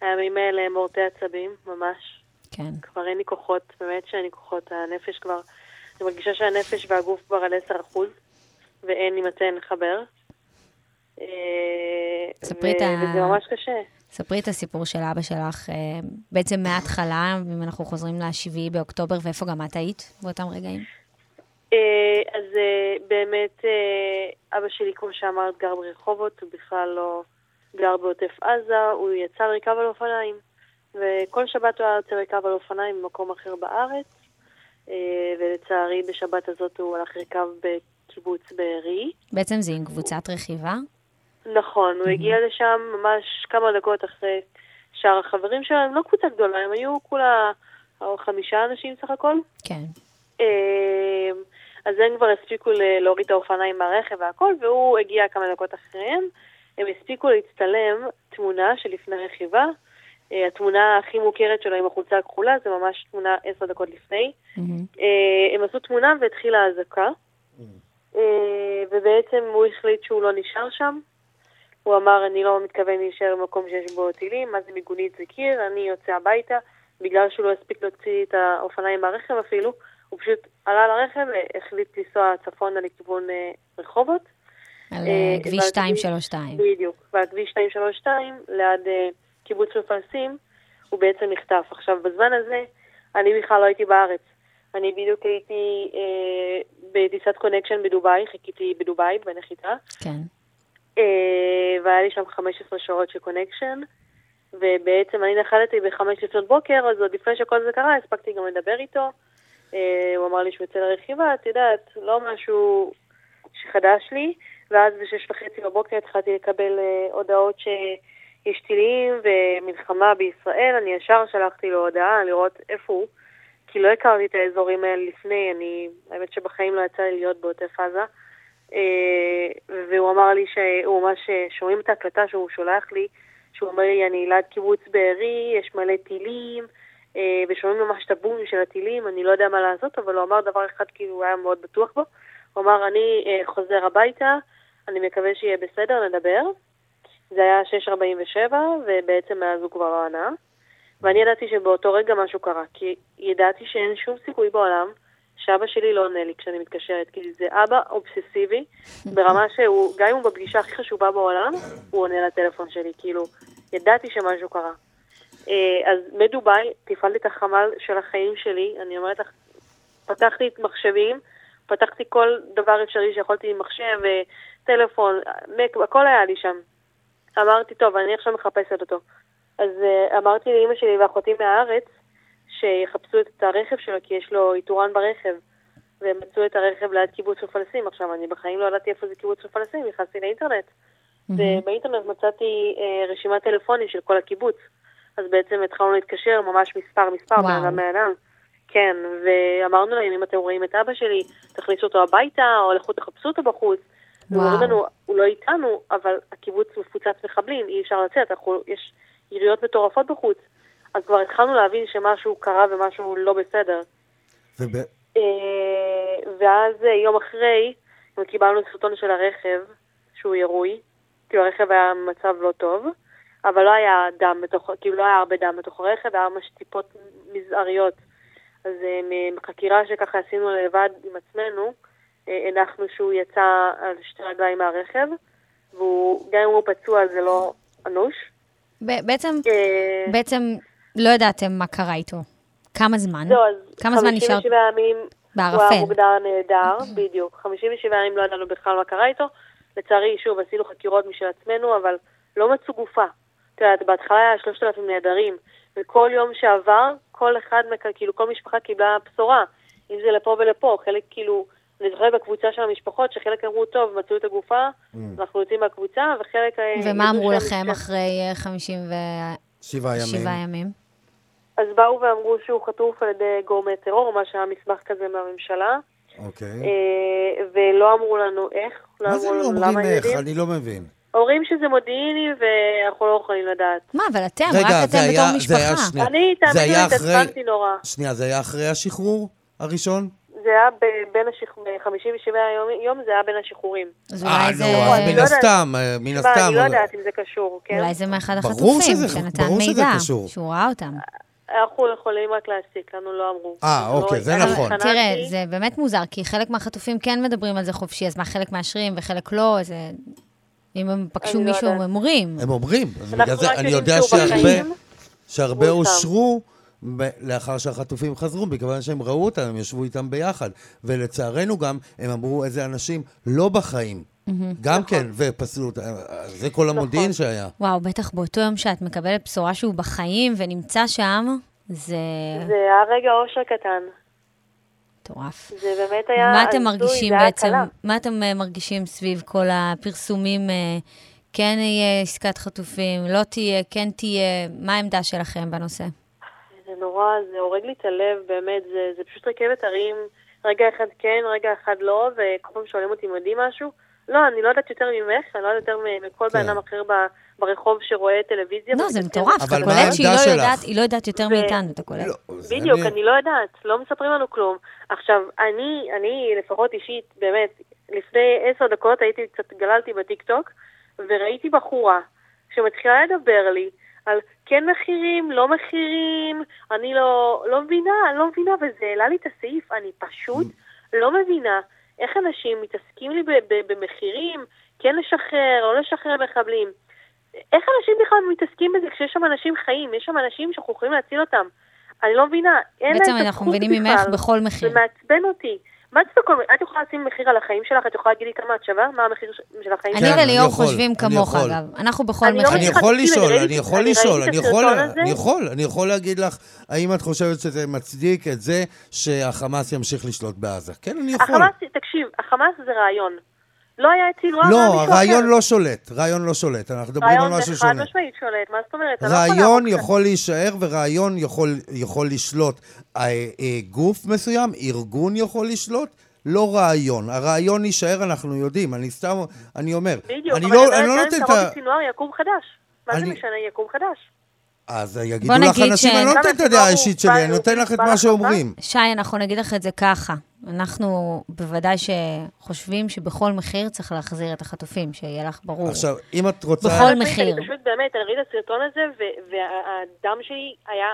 Speaker 2: הימים האלה מורטי עצבים, ממש.
Speaker 3: כן.
Speaker 2: כבר אין לי כוחות, באמת שאין לי כוחות. הנפש כבר... אני מרגישה שהנפש והגוף כבר על 10% ואין לי מתן לחבר. אה,
Speaker 3: ספרי את
Speaker 2: ו-
Speaker 3: ה-
Speaker 2: וזה ממש קשה.
Speaker 3: ספרי את הסיפור של אבא שלך, אה, בעצם מההתחלה, אם אנחנו חוזרים ל-7 באוקטובר, ואיפה גם את היית באותם רגעים?
Speaker 2: אה, אז אה, באמת, אה, אבא שלי, כמו שאמרת, גר ברחובות, הוא בכלל לא גר בעוטף עזה, הוא יצא לרכב על אופניים. וכל שבת הוא היה יוצא לרכב על אופניים במקום אחר בארץ, אה, ולצערי בשבת הזאת הוא הלך לרכב בקיבוץ בארי.
Speaker 3: בעצם זה עם קבוצת רכיבה.
Speaker 2: נכון, הוא הגיע לשם ממש כמה דקות אחרי שאר החברים שלו, הם לא קבוצה גדולה, הם היו כולה אה, חמישה אנשים סך הכל.
Speaker 3: כן.
Speaker 2: אמ, אז הם כבר הספיקו ל- להוריד את האופניים מהרכב והכל, והוא הגיע כמה דקות אחריהם. הם הספיקו להצטלם תמונה שלפני רכיבה. אה, התמונה הכי מוכרת שלו עם החולצה הכחולה, זה ממש תמונה עשר דקות לפני.
Speaker 3: מהמם.
Speaker 2: אה, הם עשו תמונה והתחילה האזעקה. אה, ובעצם הוא החליט שהוא לא נשאר שם. הוא אמר, אני לא מתכוון להישאר במקום שיש בו טילים, מה זה מיגונית זה קיר, אני יוצא הביתה. בגלל שהוא לא הספיק להוציא את האופניים מהרכב אפילו, הוא פשוט עלה לרכב והחליט לנסוע צפונה לכיוון אה, רחובות.
Speaker 3: על
Speaker 2: אה,
Speaker 3: אה, כביש
Speaker 2: ועל
Speaker 3: 232.
Speaker 2: בדיוק. ועל כביש 232, ליד אה, קיבוץ מפלסים, הוא בעצם נחטף. עכשיו, בזמן הזה, אני בכלל לא הייתי בארץ. אני בדיוק הייתי אה, בטיסת קונקשן בדובאי, חיכיתי בדובאי בנחיתה,
Speaker 3: כן.
Speaker 2: אה, והיה לי שם 15 שעות של קונקשן, ובעצם אני נחלתי בחמש לפנות בוקר, אז עוד לפני שכל זה קרה, הספקתי גם לדבר איתו. אה, הוא אמר לי שהוא יוצא לרכיבה, את יודעת, לא משהו שחדש לי, ואז בשש וחצי בבוקר התחלתי לקבל אה, הודעות שיש טילים ומלחמה בישראל, אני ישר שלחתי לו הודעה לראות איפה הוא, כי לא הכרתי את האזורים האלה לפני, אני, האמת שבחיים לא יצא לי להיות בעוטף עזה. אה, והוא אמר לי שהוא ממש, אה, שומעים את ההקלטה שהוא שולח לי, שהוא אומר לי, אני ליד קיבוץ בארי, יש מלא טילים, אה, ושומעים ממש את הבום של הטילים, אני לא יודע מה לעשות, אבל הוא אמר דבר אחד, כאילו, הוא היה מאוד בטוח בו. הוא אמר, אני אה, חוזר הביתה, אני מקווה שיהיה בסדר, נדבר. זה היה 6.47, ובעצם מאז הוא כבר לא ענה. ואני ידעתי שבאותו רגע משהו קרה, כי ידעתי שאין שום סיכוי בעולם שאבא שלי לא עונה לי כשאני מתקשרת, כי זה אבא אובססיבי, ברמה שהוא, גם אם הוא בפגישה הכי חשובה בעולם, הוא עונה לטלפון שלי, כאילו, ידעתי שמשהו קרה. אה, אז מדובאי תפעלתי את החמ"ל של החיים שלי, אני אומרת לך, פתחתי את מחשבים, פתחתי כל דבר אפשרי שיכולתי עם מחשב, אה, טלפון, מק, הכל היה לי שם. אמרתי, טוב, אני עכשיו מחפשת אותו. אז אה, אמרתי לאימא שלי ואחותי מהארץ שיחפשו את הרכב שלו, כי יש לו איתורן ברכב. והם מצאו את הרכב ליד קיבוץ מפלסים. עכשיו, אני בחיים לא ידעתי איפה זה קיבוץ מפלסים, נכנסתי לאינטרנט. ובאינטרנט מצאתי אה, רשימת טלפונים של כל הקיבוץ. אז בעצם התחלנו להתקשר ממש מספר מספר,
Speaker 3: וואו.
Speaker 2: בן אדם בן אדם. כן, ואמרנו להם, אם אתם רואים את אבא שלי, תכניסו אותו הביתה, או לכו תחפשו אותו בחוץ. וואו.
Speaker 3: וואו.
Speaker 2: ואומרים לנו, הוא לא איתנו, אבל הקיבוץ מפוצץ מחבלים, אי אפשר לצאת, אנחנו, יש יריות מטורפות בחוץ. אז כבר התחלנו להבין שמשהו קרה ומשהו לא בסדר.
Speaker 3: כן.
Speaker 4: וב...
Speaker 2: אה, ואז אה, יום אחרי, גם קיבלנו סרטון של הרכב, שהוא ירוי. כאילו הרכב היה במצב לא טוב, אבל לא היה דם בתוך, כאילו לא היה הרבה דם בתוך הרכב, היה ממש טיפות מזעריות. אז אה, מחקירה שככה עשינו לבד עם עצמנו, אה, הנחנו שהוא יצא על שתי רגליים מהרכב, והוא, גם אם הוא פצוע זה לא אנוש.
Speaker 3: ב- בעצם,
Speaker 2: אה,
Speaker 3: בעצם לא ידעתם מה קרה איתו. כמה זמן?
Speaker 2: זהו, לא, אז
Speaker 3: כן. כמה זמן נשאר?
Speaker 2: 57 ימים
Speaker 3: בערפל.
Speaker 2: הוא היה מוגדר נהדר, בדיוק. 57 ימים לא ידענו בכלל מה קרה איתו. לצערי, שוב, עשינו חקירות משל עצמנו, אבל לא מצאו גופה. את יודעת, בהתחלה היה 3,000 נהדרים, וכל יום שעבר, כל אחד, מק- כאילו, כל משפחה קיבלה בשורה. אם זה לפה ולפה, חלק כאילו, אני זוכרת בקבוצה של המשפחות, שחלק אמרו, טוב, מצאו את הגופה, אנחנו יוצאים מהקבוצה, וחלק... אה,
Speaker 3: ומה
Speaker 2: ידעו
Speaker 3: אמרו
Speaker 2: שהם-
Speaker 3: לכם אחרי אה, 57
Speaker 4: שבעה ימים.
Speaker 3: ימים?
Speaker 2: אז באו ואמרו שהוא חטוף על ידי גורמי טרור, מה שהיה מסמך כזה מהממשלה.
Speaker 4: אוקיי.
Speaker 2: אה, ולא אמרו לנו איך, לא
Speaker 4: מה זה
Speaker 2: אמרו
Speaker 4: לא
Speaker 2: לנו
Speaker 4: אומרים
Speaker 2: למה
Speaker 4: איך?
Speaker 2: יודעים.
Speaker 4: אני לא מבין.
Speaker 2: אומרים שזה מודיעיני ואנחנו לא יכולים לדעת.
Speaker 3: מה, אבל אתם,
Speaker 4: כן,
Speaker 3: רק אתם
Speaker 4: זה היה-
Speaker 3: בתור
Speaker 4: זה היה
Speaker 3: משפחה.
Speaker 4: שנייה.
Speaker 2: אני,
Speaker 4: כן. זה
Speaker 2: תאמינו לי,
Speaker 4: היה אחרי-
Speaker 2: התעצבנתי נורא.
Speaker 4: שנייה, זה היה אחרי השחרור הראשון?
Speaker 2: זה היה ב- בין השחרורים, 57 יום- יום זה היה בין השחרורים.
Speaker 3: אז
Speaker 4: אה,
Speaker 3: אולי זה...
Speaker 4: נו, אז מן
Speaker 2: לא
Speaker 4: הסתם, אה, מן
Speaker 2: תשמע,
Speaker 4: הסתם.
Speaker 2: אני לא
Speaker 4: אבל-
Speaker 2: יודעת אם זה קשור, כן?
Speaker 3: אולי זה מאחד
Speaker 4: ברור
Speaker 3: החטופים,
Speaker 4: שזה-
Speaker 3: שנתן
Speaker 4: ברור שזה
Speaker 3: מידע,
Speaker 4: קשור.
Speaker 3: שהוא ראה אותם.
Speaker 2: אנחנו יכולים רק להסיק, לנו לא אמרו.
Speaker 4: אה,
Speaker 2: לא-
Speaker 4: אוקיי, זה
Speaker 2: אני
Speaker 4: נכון.
Speaker 2: התחננתי.
Speaker 3: תראה, זה באמת מוזר, כי חלק מהחטופים כן מדברים על זה חופשי, אז מה חלק מאשרים וחלק לא, זה... אם הם פגשו
Speaker 2: אני לא
Speaker 3: מישהו, הם
Speaker 2: יודעת.
Speaker 3: אומרים.
Speaker 4: הם אומרים. אז
Speaker 2: אנחנו
Speaker 4: בגלל זה,
Speaker 2: רק
Speaker 4: אני
Speaker 2: יודעים
Speaker 4: יודע
Speaker 2: שהוא
Speaker 4: שהרבה...
Speaker 2: בחיים.
Speaker 4: שהרבה
Speaker 2: הוא שם.
Speaker 4: אושרו ב- לאחר שהחטופים חזרו, מכיוון שהם ראו אותם, הם ישבו איתם ביחד. ולצערנו גם, הם אמרו איזה אנשים לא בחיים. גם
Speaker 2: נכון.
Speaker 4: כן, ופסלו אותם. זה כל המודיעין שהיה.
Speaker 3: וואו, בטח באותו יום שאת מקבלת בשורה שהוא בחיים ונמצא שם, זה
Speaker 2: זה היה רגע אושר קטן.
Speaker 3: מטורף.
Speaker 2: זה באמת היה...
Speaker 3: מה אתם
Speaker 2: הזוי,
Speaker 3: מרגישים
Speaker 2: זה היה
Speaker 3: בעצם,
Speaker 2: קלה.
Speaker 3: מה אתם אה, מרגישים סביב כל הפרסומים, אה, כן יהיה עסקת חטופים, לא תהיה, כן תהיה, מה העמדה שלכם בנושא?
Speaker 2: זה נורא, זה הורג לי את הלב, באמת, זה, זה פשוט רכבת הרים, רגע אחד כן, רגע אחד לא, וכל פעם שואלים אותי אם יודעים משהו. לא, אני לא יודעת יותר ממך, אני לא יודעת יותר מ- מכל
Speaker 4: כן.
Speaker 2: בן אדם אחר ב- ברחוב שרואה טלוויזיה.
Speaker 3: לא, זה
Speaker 2: ומתעדכן.
Speaker 3: מטורף, אתה
Speaker 4: אבל מה
Speaker 3: קולט שהיא
Speaker 4: העמדה
Speaker 3: לא
Speaker 4: שלך?
Speaker 3: יודעת, היא לא יודעת יותר
Speaker 2: ו-
Speaker 3: מאיתנו, אתה קולט.
Speaker 4: לא, זה
Speaker 2: בדיוק,
Speaker 4: אני-
Speaker 2: אני לא יודעת, לא מספרים לנו כלום. עכשיו, אני, אני לפחות אישית, באמת, לפני עשר דקות הייתי קצת, גללתי בטיקטוק, וראיתי בחורה שמתחילה לדבר לי על כן מחירים, לא מחירים, אני לא, לא מבינה, אני לא מבינה, וזה העלה לי את הסעיף, אני פשוט לא מבינה איך אנשים מתעסקים לי ב- ב- במחירים, כן לשחרר, לא לשחרר מחבלים. איך אנשים בכלל מתעסקים בזה כשיש שם אנשים חיים, יש שם אנשים שאנחנו יכולים להציל אותם. אני לא מבינה, אין להם את
Speaker 3: בעצם
Speaker 2: הזכות
Speaker 3: אנחנו מבינים
Speaker 2: בכלל.
Speaker 3: ממך בכל מחיר.
Speaker 2: זה מעצבן אותי. מה זה בכל את יכולה לשים מחיר על החיים שלך? את יכולה להגיד לי כמה את שווה? מה המחיר ש- של החיים
Speaker 4: כן,
Speaker 3: אני לא
Speaker 2: שלך?
Speaker 4: אני
Speaker 3: וליאור
Speaker 4: יכול,
Speaker 3: חושבים
Speaker 4: אני
Speaker 3: כמוך,
Speaker 4: יכול.
Speaker 3: אגב. אנחנו בכל
Speaker 2: אני לא
Speaker 4: אני
Speaker 3: מחיר.
Speaker 2: מצליחה
Speaker 4: יכול
Speaker 2: להסכים,
Speaker 4: לשאול,
Speaker 2: אני ראיתי-
Speaker 4: אני יכול
Speaker 2: אני
Speaker 4: לשאול,
Speaker 2: ראיתי
Speaker 4: אני
Speaker 2: את
Speaker 4: יכול,
Speaker 2: הסרטון הזה.
Speaker 4: אני יכול, אני יכול להגיד לך, האם את חושבת שזה מצדיק את זה שהחמאס ימשיך לשלוט בעזה? כן, אני יכול.
Speaker 2: החמאס, תקשיב, החמאס זה רעיון. לא היה אציל, לא היה
Speaker 4: לא,
Speaker 2: מישהו אחר.
Speaker 4: הרעיון לא שולט, רעיון לא שולט, אנחנו מדברים על
Speaker 2: רעיון
Speaker 4: משהו
Speaker 2: זה חד
Speaker 4: שונה.
Speaker 2: משמעית שולט, מה זאת אומרת? אתה לא יכול
Speaker 4: רעיון
Speaker 2: להרוג
Speaker 4: יכול להישאר ורעיון יכול, יכול לשלוט. אה, אה, גוף מסוים, ארגון יכול לשלוט, לא רעיון. הרעיון יישאר, אנחנו יודעים, אני סתם, אני אומר.
Speaker 2: אותם. בדיוק,
Speaker 4: אני
Speaker 2: אבל
Speaker 4: לא,
Speaker 2: אתה
Speaker 4: אני
Speaker 2: לא
Speaker 4: לא
Speaker 2: יודעת
Speaker 4: נותן את
Speaker 2: שרובי
Speaker 4: ה...
Speaker 2: סינואר יקום חדש. מה זה
Speaker 4: אני-
Speaker 2: משנה יקום חדש?
Speaker 4: אז יגידו לך
Speaker 3: נגיד
Speaker 4: אנשים,
Speaker 3: ש-
Speaker 4: אני לא נותן
Speaker 2: כמה
Speaker 4: את הדעה
Speaker 2: שהוא
Speaker 4: האישית
Speaker 2: בא-
Speaker 4: שלי, אני
Speaker 2: הוא
Speaker 4: נותן לך את
Speaker 2: בא
Speaker 4: מה
Speaker 2: לחמאס?
Speaker 4: שאומרים.
Speaker 3: שי, אנחנו נגיד לך את זה ככה. אנחנו בוודאי שחושבים שבכל מחיר צריך להחזיר את החטופים, שיהיה לך ברור.
Speaker 4: עכשיו, אם את רוצה...
Speaker 3: בכל
Speaker 2: אני
Speaker 3: מחיר.
Speaker 2: פשוט באמת, אני ראיתי את הסרטון הזה, ו- והדם שלי היה...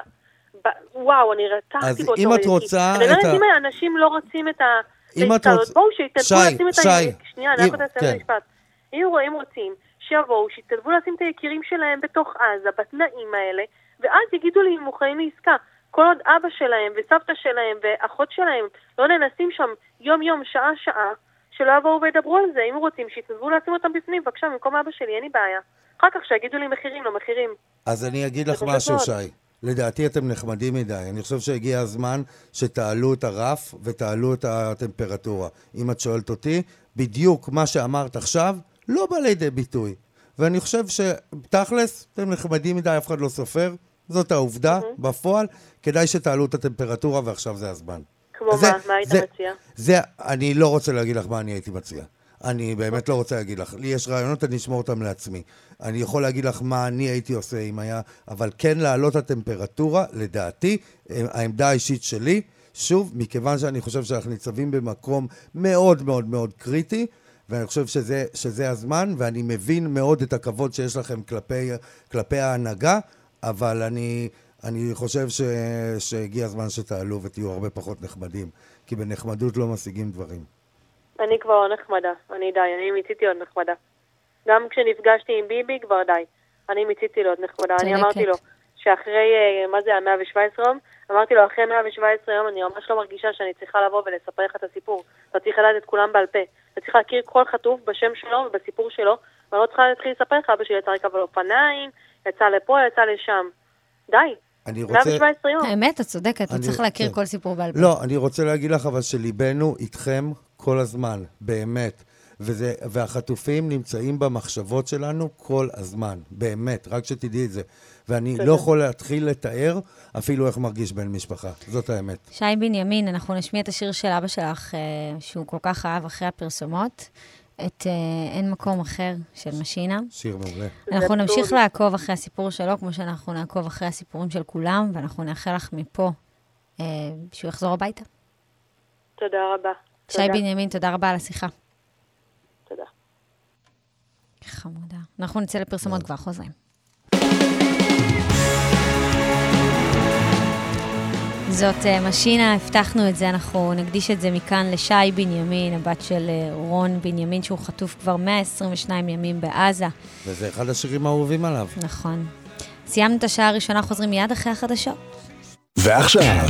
Speaker 2: ב- וואו, אני
Speaker 4: אז
Speaker 2: רצחתי באותו
Speaker 4: אם את
Speaker 2: רגע.
Speaker 4: רוצה
Speaker 2: אני לא
Speaker 4: את
Speaker 2: יודעת
Speaker 4: ה-
Speaker 2: אם האנשים לא רוצים את ה...
Speaker 4: אם את
Speaker 2: להתקהלות.
Speaker 4: רוצה-
Speaker 2: בואו, שיתנדבו
Speaker 4: שי,
Speaker 2: לשים את
Speaker 4: שי.
Speaker 2: ה... שנייה, אני
Speaker 4: אם-
Speaker 2: רק רוצה לסיים את
Speaker 4: כן.
Speaker 2: המשפט. אם רואים רוצים, שיבואו, שיתנדבו לשים את היקירים שלהם בתוך עזה, בתנאים האלה, ואז יגידו לי אם הם מוכנים לעסקה. כל עוד אבא שלהם וסבתא שלהם ואחות שלהם לא נאנסים שם יום-יום, שעה-שעה, שלא יבואו וידברו על זה. אם רוצים, שיתנדבו לשים אותם בפנים, בבקשה, במקום אבא שלי, אין לי בעיה. אחר כך שיגידו לי מחירים, לא מחירים.
Speaker 4: אז אני אגיד לך
Speaker 2: זה פשוט
Speaker 4: משהו,
Speaker 2: מאוד.
Speaker 4: שי. לדעתי אתם נחמדים מדי. אני חושב שהגיע הזמן שתעלו את הרף ותעלו את הטמפרטורה. אם את שואלת אותי, בדיוק מה שאמרת עכשיו לא בא לידי ביטוי. ואני חושב שתכלס, אתם נחמדים מדי, אף אחד לא סופר. זאת העובדה, בפועל. כדאי שתעלו את הטמפרטורה, ועכשיו זה הזמן.
Speaker 2: כמו
Speaker 4: זה-
Speaker 2: מה? מה היית
Speaker 4: זה-
Speaker 2: מציע?
Speaker 4: זה, אני לא רוצה להגיד לך מה אני הייתי מציע. אני באמת לא רוצה להגיד לך. לי יש רעיונות, אני אשמור אותם לעצמי. אני יכול להגיד לך מה אני הייתי עושה אם היה, אבל כן להעלות את הטמפרטורה, לדעתי, אה, העמדה האישית שלי, שוב, מכיוון שאני חושב שאנחנו ניצבים במקום מאוד מאוד מאוד קריטי, ואני חושב שזה, שזה הזמן, ואני מבין מאוד את הכבוד שיש לכם כלפי, כלפי ההנהגה, אבל אני, אני חושב ש, שהגיע הזמן שתעלו ותהיו הרבה פחות נחמדים, כי בנחמדות לא משיגים דברים.
Speaker 2: אני כבר לא נחמדה. אני די, אני מיציתי להיות נחמדה. גם כשנפגשתי עם ביבי, כבר די. אני מיציתי להיות נחמדה. אני
Speaker 3: צודקת.
Speaker 2: אמרתי לו שאחרי, אה, מה זה, ה-117 יום? אמרתי לו, אחרי 117 יום אני ממש לא מרגישה שאני צריכה לבוא ולספר לך את הסיפור. אתה צריך לדעת את כולם בעל פה. אתה צריך להכיר כל חטוף בשם שלו ובסיפור שלו, ואני לא צריכה להתחיל לספר לך, אבא שלי יצא לקו על אופניים, יצא לפה, יצא לשם. די.
Speaker 4: אני רוצה...
Speaker 2: 117 יום.
Speaker 3: האמת, את צודקת, אתה
Speaker 4: אני-
Speaker 3: צריך להכיר
Speaker 4: כן.
Speaker 3: כל סיפור בעל פה.
Speaker 4: לא, אני רוצה להגיד לך אבל שליבנו איתכם כל הזמן, באמת. וזה, והחטופים נמצאים במחשבות שלנו כל הזמן, באמת, רק שתדעי את זה. ואני לא יכול להתחיל לתאר אפילו איך מרגיש בן משפחה, זאת האמת.
Speaker 3: שי בנימין, אנחנו נשמיע את השיר של אבא שלך, אה, שהוא כל כך אהב אחרי הפרסומות, את אה, אין מקום אחר של משינה.
Speaker 4: שיר מעולה.
Speaker 3: אנחנו נמשיך לעקוב אחרי הסיפור שלו, כמו שאנחנו נעקוב אחרי הסיפורים של כולם, ואנחנו נאחל לך מפה אה, שהוא יחזור הביתה.
Speaker 2: תודה רבה.
Speaker 3: שי
Speaker 2: תודה.
Speaker 3: בנימין, תודה רבה על השיחה.
Speaker 2: תודה.
Speaker 3: חמודה. אנחנו נצא לפרסומות כבר, חוזרים. זאת אה, משינה, הבטחנו את זה, אנחנו נקדיש את זה מכאן לשי בנימין, הבת של אה, רון בנימין, שהוא חטוף כבר 122 ימים בעזה.
Speaker 4: וזה אחד השירים האהובים עליו.
Speaker 3: נכון. סיימנו את השעה הראשונה, חוזרים מיד אחרי החדשות.
Speaker 1: ועכשיו,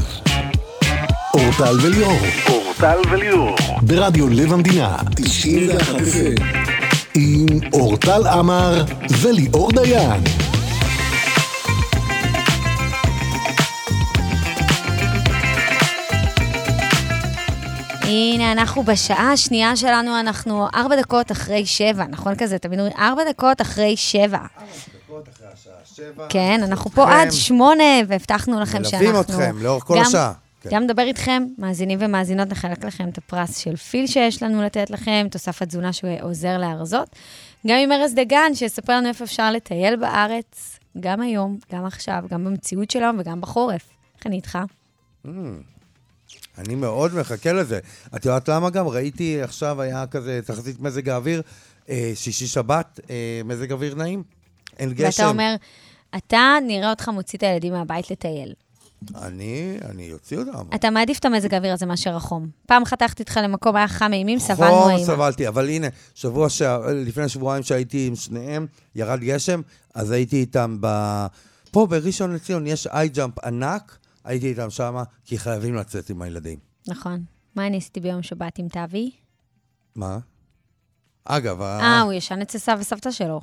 Speaker 1: אורטל וליאור. אורטל וליאור. ברדיו לב המדינה. 91 עם אורטל עמר וליאור דיין.
Speaker 3: הנה, אנחנו בשעה השנייה שלנו, אנחנו ארבע דקות אחרי שבע, נכון כזה? תמיד אומרים, ארבע דקות אחרי שבע. כן, אנחנו פה עד שמונה, והבטחנו לכם
Speaker 4: מלווים
Speaker 3: שאנחנו...
Speaker 4: אתכם לאורך כל
Speaker 3: גם-
Speaker 4: השעה. כן.
Speaker 3: גם נדבר איתכם, מאזינים ומאזינות, נחלק לכם את הפרס של פיל שיש לנו לתת לכם, תוסף התזונה שעוזר להרזות. גם עם ארז דגן, שיספר לנו איפה אפשר לטייל בארץ, גם היום, גם עכשיו, גם במציאות שלנו וגם בחורף. איך אני איתך?
Speaker 4: אני מאוד מחכה לזה. את יודעת למה גם? ראיתי עכשיו היה כזה תחזית מזג האוויר, אה, שישי שבת, אה, מזג אוויר נעים, אין גשם.
Speaker 3: ואתה אומר, אתה, נראה אותך מוציא את הילדים מהבית לטייל.
Speaker 4: אני, אני אוציא אותם.
Speaker 3: אתה מעדיף את המזג האוויר הזה מאשר החום. פעם אחת הלכתי איתך למקום, היה חם אימים, סבלנו
Speaker 4: חום
Speaker 3: אימה.
Speaker 4: נכון, סבלתי, אבל הנה, שבוע ש... לפני שבועיים שהייתי עם שניהם, ירד גשם, אז הייתי איתם ב... פה בראשון לציון יש איי-ג'אמפ ענק, הייתי איתם שמה, כי חייבים לצאת עם הילדים.
Speaker 3: נכון. מה אני עשיתי ביום שבאת עם תאבי?
Speaker 4: מה? אגב, ה-
Speaker 3: אה, הוא ישן אצל סבא וסבתא שלו.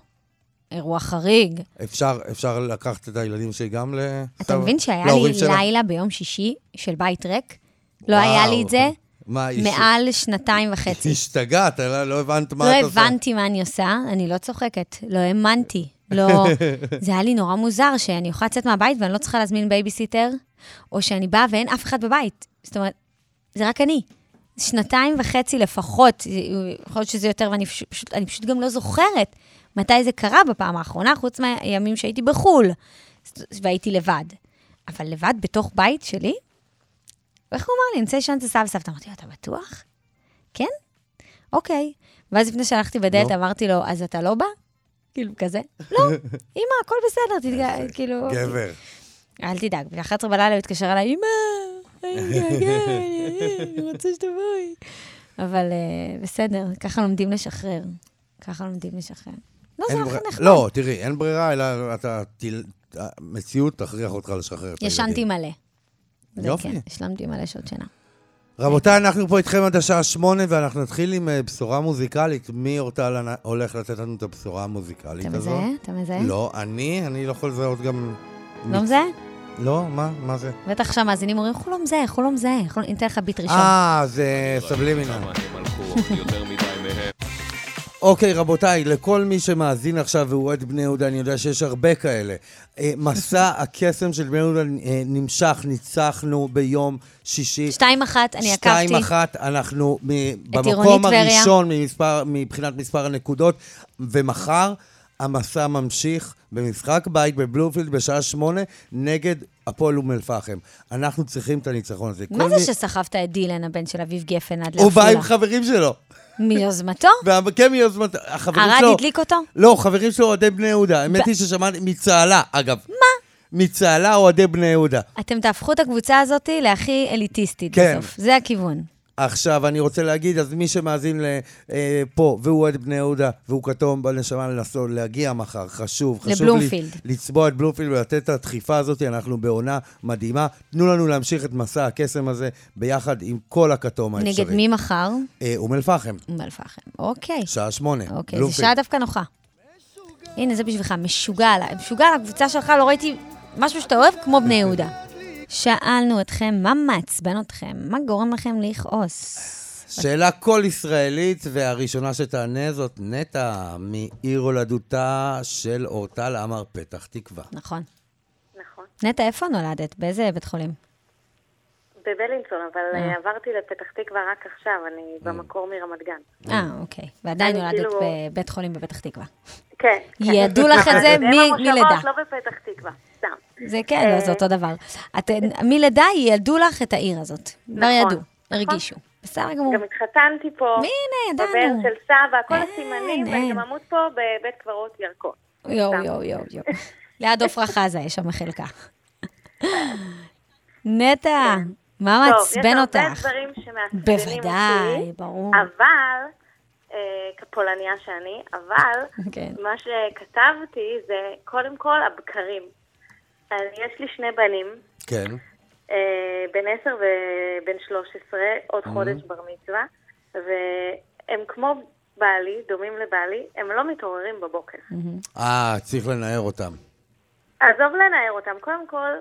Speaker 3: אירוע חריג.
Speaker 4: אפשר, אפשר לקחת את הילדים שלי גם ל...
Speaker 3: אתה מבין שהיה
Speaker 4: להורים
Speaker 3: לי
Speaker 4: שלה?
Speaker 3: לילה ביום שישי של בית ריק? לא
Speaker 4: וואו.
Speaker 3: היה לי את זה
Speaker 4: מה, הש-
Speaker 3: מעל שנתיים וחצי.
Speaker 4: השתגעת, לא לא הבנת מה
Speaker 3: לא
Speaker 4: את עושה.
Speaker 3: הבנתי מה אני עושה, אני לא צוחקת, לא האמנתי.
Speaker 4: <laughs>
Speaker 3: לא, זה היה לי נורא מוזר שאני יכולה לצאת מהבית ואני לא צריכה להזמין בייביסיטר, או שאני באה ואין אף אחד בבית. זאת אומרת, זה רק אני. שנתיים וחצי לפחות, יכול להיות שזה יותר, ואני פשוט, פשוט- אני פשוט גם לא זוכרת מתי זה קרה בפעם האחרונה, חוץ מהימים שהייתי בחו"ל, והייתי לבד. אבל לבד בתוך בית שלי? איך הוא אמר לי? אני רוצה לישון אצל סבא וסבתא. אמרתי לו, אתה בטוח? כן? אוקיי. ואז לפני שהלכתי בדלת,
Speaker 4: נו.
Speaker 3: אמרתי לו, אז אתה לא בא? כאילו, כזה. לא, אמא, הכל
Speaker 4: <laughs>
Speaker 3: בסדר, תתגע... כאילו... אוקיי.
Speaker 4: גבר.
Speaker 3: אל תדאג, ב-11 בלילה הוא התקשר אליי, אמא, אני
Speaker 4: <laughs>
Speaker 3: מתגעגע, אני אני רוצה שתבואי. אבל אה, בסדר, ככה לומדים לשחרר. ככה לומדים לשחרר. לא, זה
Speaker 4: אין
Speaker 3: הכי
Speaker 4: בריר-
Speaker 3: נחמד.
Speaker 4: לא, תראי, אין ברירה, אלא אתה... תל- המציאות תכריח אותך לשחרר את הילדים.
Speaker 3: ישנתי מלא. זה
Speaker 4: לא, יופי.
Speaker 3: כן, השלמתי מלא שעות שינה.
Speaker 4: רבותיי, אנחנו פה איתכם עד השעה שמונה, ואנחנו נתחיל עם אה, בשורה מוזיקלית. מי אורטל הנ- הולך לתת לנו את הבשורה המוזיקלית
Speaker 3: אתה
Speaker 4: הזאת?
Speaker 3: מזהה? אתה מזהה?
Speaker 4: לא, אני, אני לא יכול לזהות גם...
Speaker 3: לא מזהה?
Speaker 4: לא, מה? מה זה?
Speaker 3: בטח שהמאזינים אומרים, איך הוא לא מזהה, איך הוא לא מזהה, איך הוא לא- אני אתן לך ביט ראשון.
Speaker 4: אה, זה סבלימינל.
Speaker 5: כמה הם הלכו, יותר מדי מהם.
Speaker 4: אוקיי, רבותיי, לכל מי שמאזין עכשיו והוא אוהד בני יהודה, אני יודע שיש הרבה כאלה. אה,
Speaker 3: <laughs>
Speaker 4: מסע הקסם של בני יהודה אה, נמשך, ניצחנו ביום שישי.
Speaker 3: שתיים אחת, אני עקבתי.
Speaker 4: שתיים אחת, אנחנו מ-
Speaker 3: עירונית
Speaker 4: במקום
Speaker 3: טבריה.
Speaker 4: הראשון ממספר, מבחינת מספר הנקודות, ומחר המסע ממשיך במשחק בית בבלומפילד בשעה שמונה נגד הפועל אום אל-פחם. אנחנו צריכים את הניצחון הזה.
Speaker 3: מה
Speaker 4: כל
Speaker 3: זה
Speaker 4: מי-
Speaker 3: שסחבת את דילן, הבן של אביב גפן, עד
Speaker 4: הוא בא עם
Speaker 3: לעפולה?
Speaker 4: חברים שלו.
Speaker 3: מיוזמתו?
Speaker 4: והמקם מיוזמת, החברים
Speaker 3: ערד
Speaker 4: שלו...
Speaker 3: הדליק אותו?
Speaker 4: לא, חברים שלו אוהדי בני יהודה. האמת היא ששמעתי מצהלה, אגב. מה? מצהלה אוהדי בני יהודה.
Speaker 3: אתם תהפכו את הקבוצה הזאת להכי אליטיסטית
Speaker 4: כן.
Speaker 3: בסוף. זה הכיוון.
Speaker 4: עכשיו, אני רוצה להגיד, אז מי שמאזין ל- אה, פה, והוא אוהד בני יהודה, והוא כתום בנשמה לנסות להגיע מחר, חשוב, חשוב
Speaker 3: לבלומפילד.
Speaker 4: לי, לצבוע את בלומפילד ולתת את הדחיפה הזאת, אנחנו בעונה מדהימה. תנו לנו להמשיך את מסע הקסם הזה ביחד עם כל הכתום האפשרי.
Speaker 3: נגד מי מחר?
Speaker 4: אה, אום אל-פחם,
Speaker 3: אום אל-פחם. אוקיי.
Speaker 4: שעה שמונה.
Speaker 3: אוקיי, זו
Speaker 4: בלומפילד.
Speaker 3: שעה דווקא נוחה. הנה, זה בשבילך, משוגע עליי. משוגע על הקבוצה שלך, לא ראיתי משהו שאתה אוהב כמו בני יהודה. שאלנו אתכם, מה מעצבן אתכם? מה גורם לכם לכעוס?
Speaker 4: שאלה כל ישראלית, והראשונה שתענה זאת נטע, מעיר הולדותה של אורטל עמר פתח תקווה.
Speaker 3: נכון.
Speaker 2: נכון.
Speaker 3: נטע, איפה נולדת? באיזה בית חולים?
Speaker 2: בבלינסון, אבל אה, עברתי לפתח תקווה רק עכשיו, אני במקור מרמת גן.
Speaker 3: אה, אוקיי. ועדיין
Speaker 2: כן. אני
Speaker 3: נולדת
Speaker 2: כאילו-
Speaker 3: בבית חולים בפתח תקווה.
Speaker 2: כן. כן.
Speaker 3: ידעו לך את זה
Speaker 2: הם
Speaker 3: מ-
Speaker 2: המושבות,
Speaker 3: מלידה.
Speaker 2: לא בפתח תקווה, סתם.
Speaker 3: זה כן, לא, זה אותו דבר. את- מלידה ילדו לך את העיר הזאת. כבר
Speaker 2: נכון.
Speaker 3: ידעו, הרגישו. בסדר גמור.
Speaker 2: גם התחתנתי פה.
Speaker 3: הנה,
Speaker 2: בבאר
Speaker 3: ידענו. אה,
Speaker 2: של סבא, כל
Speaker 3: אין,
Speaker 2: הסימנים,
Speaker 3: אין.
Speaker 2: ואני גם אמות פה בבית קברות ירקון.
Speaker 3: יואו, יואו, יואו, יואו. ליד עפרה חזה יש שם חלקה. נטע, מה
Speaker 2: טוב,
Speaker 3: מעצבן
Speaker 2: יש הרבה
Speaker 3: אותך?
Speaker 2: דברים שמעצבנים אותי.
Speaker 3: בוודאי, ברור.
Speaker 2: אבל, אה, כפולניה שאני, אבל,
Speaker 3: כן.
Speaker 2: מה שכתבתי זה, קודם כל, הבקרים. אז יש לי שני בנים,
Speaker 4: כן.
Speaker 2: אה, בן 10 ובן 13,
Speaker 3: Mhm.
Speaker 2: עוד חודש בר מצווה, והם כמו בעלי, דומים לבעלי, הם לא מתעוררים בבוקר.
Speaker 3: Mhm.
Speaker 4: אה, צריך לנער אותם.
Speaker 2: עזוב לנער אותם, קודם כל,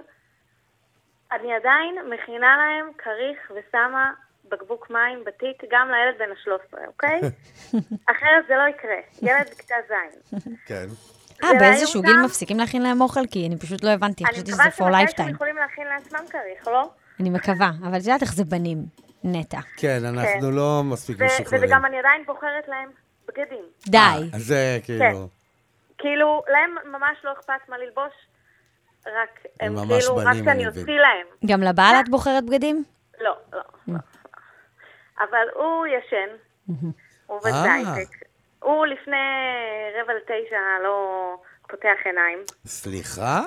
Speaker 2: אני עדיין מכינה להם כריך ושמה בקבוק מים בתיק, גם לילד בן ה-13,
Speaker 3: <laughs>
Speaker 2: אוקיי? אחרת זה לא יקרה, ילד בכיתה ז'.
Speaker 4: כן.
Speaker 3: אה,
Speaker 2: זה
Speaker 3: באיזשהו
Speaker 2: רעיון
Speaker 3: גיל
Speaker 2: גם.
Speaker 3: מפסיקים להכין להם אוכל? כי אני פשוט לא הבנתי,
Speaker 2: אני
Speaker 3: חשבתי שזה
Speaker 2: מקווה
Speaker 3: for
Speaker 2: שמתי שהם
Speaker 3: lifetime.
Speaker 2: יכולים להכין לעצמם כריך, לא?
Speaker 3: אני מקווה, אבל את יודעת איך זה בנים,
Speaker 2: אה.
Speaker 3: נטע.
Speaker 4: כן, אנחנו לא מספיק
Speaker 2: ו-
Speaker 4: משוחררים.
Speaker 2: וגם אני עדיין בוחרת להם בגדים.
Speaker 3: די.
Speaker 4: אז זה כאילו...
Speaker 2: כן. כאילו, להם ממש לא אכפת מה ללבוש, רק הם
Speaker 4: הם ממש
Speaker 2: כאילו, רק
Speaker 4: בנים, אני
Speaker 2: שאני
Speaker 4: מבין.
Speaker 2: אוציא להם.
Speaker 3: גם לבעל את בוחרת בגדים?
Speaker 2: לא, לא. לא. אבל הוא ישן, הוא עובד
Speaker 4: אה.
Speaker 2: בהייטק. הוא לפני רבע לתשע לא פותח עיניים. <laughs>
Speaker 4: סליחה?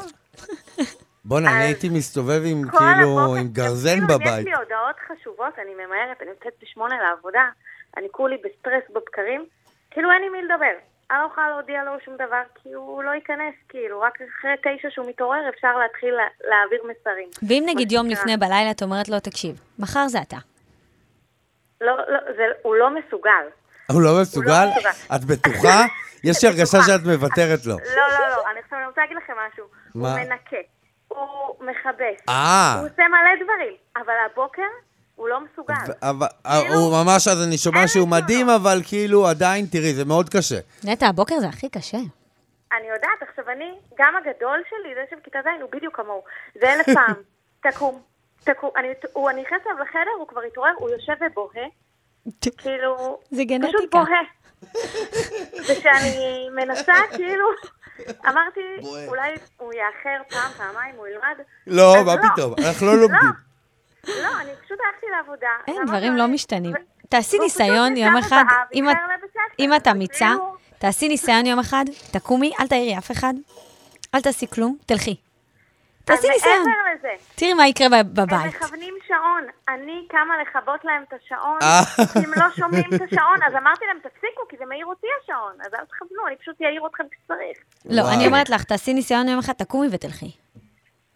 Speaker 4: בואנה, אני
Speaker 2: אז
Speaker 4: הייתי מסתובב עם
Speaker 2: כל
Speaker 4: כאילו,
Speaker 2: הבוקר,
Speaker 4: עם גרזן
Speaker 2: כאילו,
Speaker 4: בבית.
Speaker 2: יש לי הודעות חשובות, אני ממהרת, אני יוצאת בשמונה לעבודה, אני כולי בסטרס בבקרים, כאילו אין לי מי לדבר. אני לא יכולה להודיע לו שום דבר, כי הוא לא ייכנס, כאילו, רק אחרי תשע שהוא מתעורר אפשר להתחיל לה, להעביר מסרים.
Speaker 3: ואם נגיד
Speaker 2: מה
Speaker 3: יום
Speaker 2: שנקרא.
Speaker 3: לפני בלילה את אומרת לו, תקשיב, מחר זה אתה.
Speaker 2: לא, לא, זה, הוא לא מסוגל.
Speaker 4: הוא לא מסוגל?
Speaker 2: מסוגל.
Speaker 4: את
Speaker 2: <laughs>
Speaker 4: בטוחה? יש לי הרגשה
Speaker 2: בטוחה.
Speaker 4: שאת מוותרת
Speaker 2: <laughs>
Speaker 4: לו.
Speaker 2: לא, לא, לא, אני עכשיו אני רוצה להגיד לכם משהו. הוא
Speaker 4: מה?
Speaker 2: מנקה, הוא מכבס,
Speaker 4: אה.
Speaker 2: הוא עושה מלא דברים, אבל הבוקר הוא לא מסוגל.
Speaker 3: כאילו-
Speaker 4: ו- אבל- אה, הוא ממש, אז אני שומע
Speaker 2: אין
Speaker 4: שהוא
Speaker 2: רצונות.
Speaker 4: מדהים, אבל כאילו, עדיין, תראי, זה מאוד קשה.
Speaker 3: נטע, הבוקר זה הכי קשה.
Speaker 2: אני יודעת, עכשיו אני, גם הגדול שלי, זה שבכיתה ז' הוא בדיוק כמוהו. זה אלף
Speaker 3: <laughs>
Speaker 2: פעם, תקום, תקום. אני, הוא, אני נכנסת אליו לחדר, הוא כבר התעורר, הוא יושב ובוהה, כאילו...
Speaker 3: זה
Speaker 2: פשוט
Speaker 3: גנטיקה.
Speaker 2: בוהה. וכשאני מנסה, כאילו, אמרתי, אולי הוא יאחר פעם, פעמיים, הוא ילמד.
Speaker 4: לא,
Speaker 2: אז
Speaker 4: מה פתאום? אנחנו
Speaker 2: <laughs>
Speaker 4: לא לומדים.
Speaker 2: לא, לא, אני פשוט הלכתי לעבודה.
Speaker 3: אין,
Speaker 2: ואמרתי
Speaker 3: דברים
Speaker 2: לו,
Speaker 3: לא
Speaker 2: אני-
Speaker 3: משתנים.
Speaker 2: ו-
Speaker 3: תעשי
Speaker 2: והוא
Speaker 3: ניסיון
Speaker 2: פשוט
Speaker 3: יום
Speaker 2: יצא
Speaker 3: אחד,
Speaker 2: בבאה
Speaker 3: אם
Speaker 2: ואיחר
Speaker 3: את-
Speaker 2: לבית הספר.
Speaker 3: אם את אמיצה,
Speaker 2: כאילו,
Speaker 3: תעשי ניסיון יום אחד, תקומי, אל תעירי אף אחד, אל תעשי כלום, תלכי. תעשי
Speaker 2: אז
Speaker 3: ניסיון,
Speaker 2: מעבר לזה,
Speaker 3: תראי מה יקרה בב-
Speaker 2: הם
Speaker 3: בבית.
Speaker 2: מכוונים שעון. אני קמה לכבות להם את השעון,
Speaker 4: אה.
Speaker 2: כי הם לא שומעים את השעון, אז אמרתי להם, תפסיקו, כי זה מעיר אותי השעון. אז אל תכוונו, אני פשוט אעיר אתכם כשצריך.
Speaker 3: לא,
Speaker 4: וואו.
Speaker 3: אני אומרת לך, תעשי ניסיון יום אחד, תקומי ותלכי.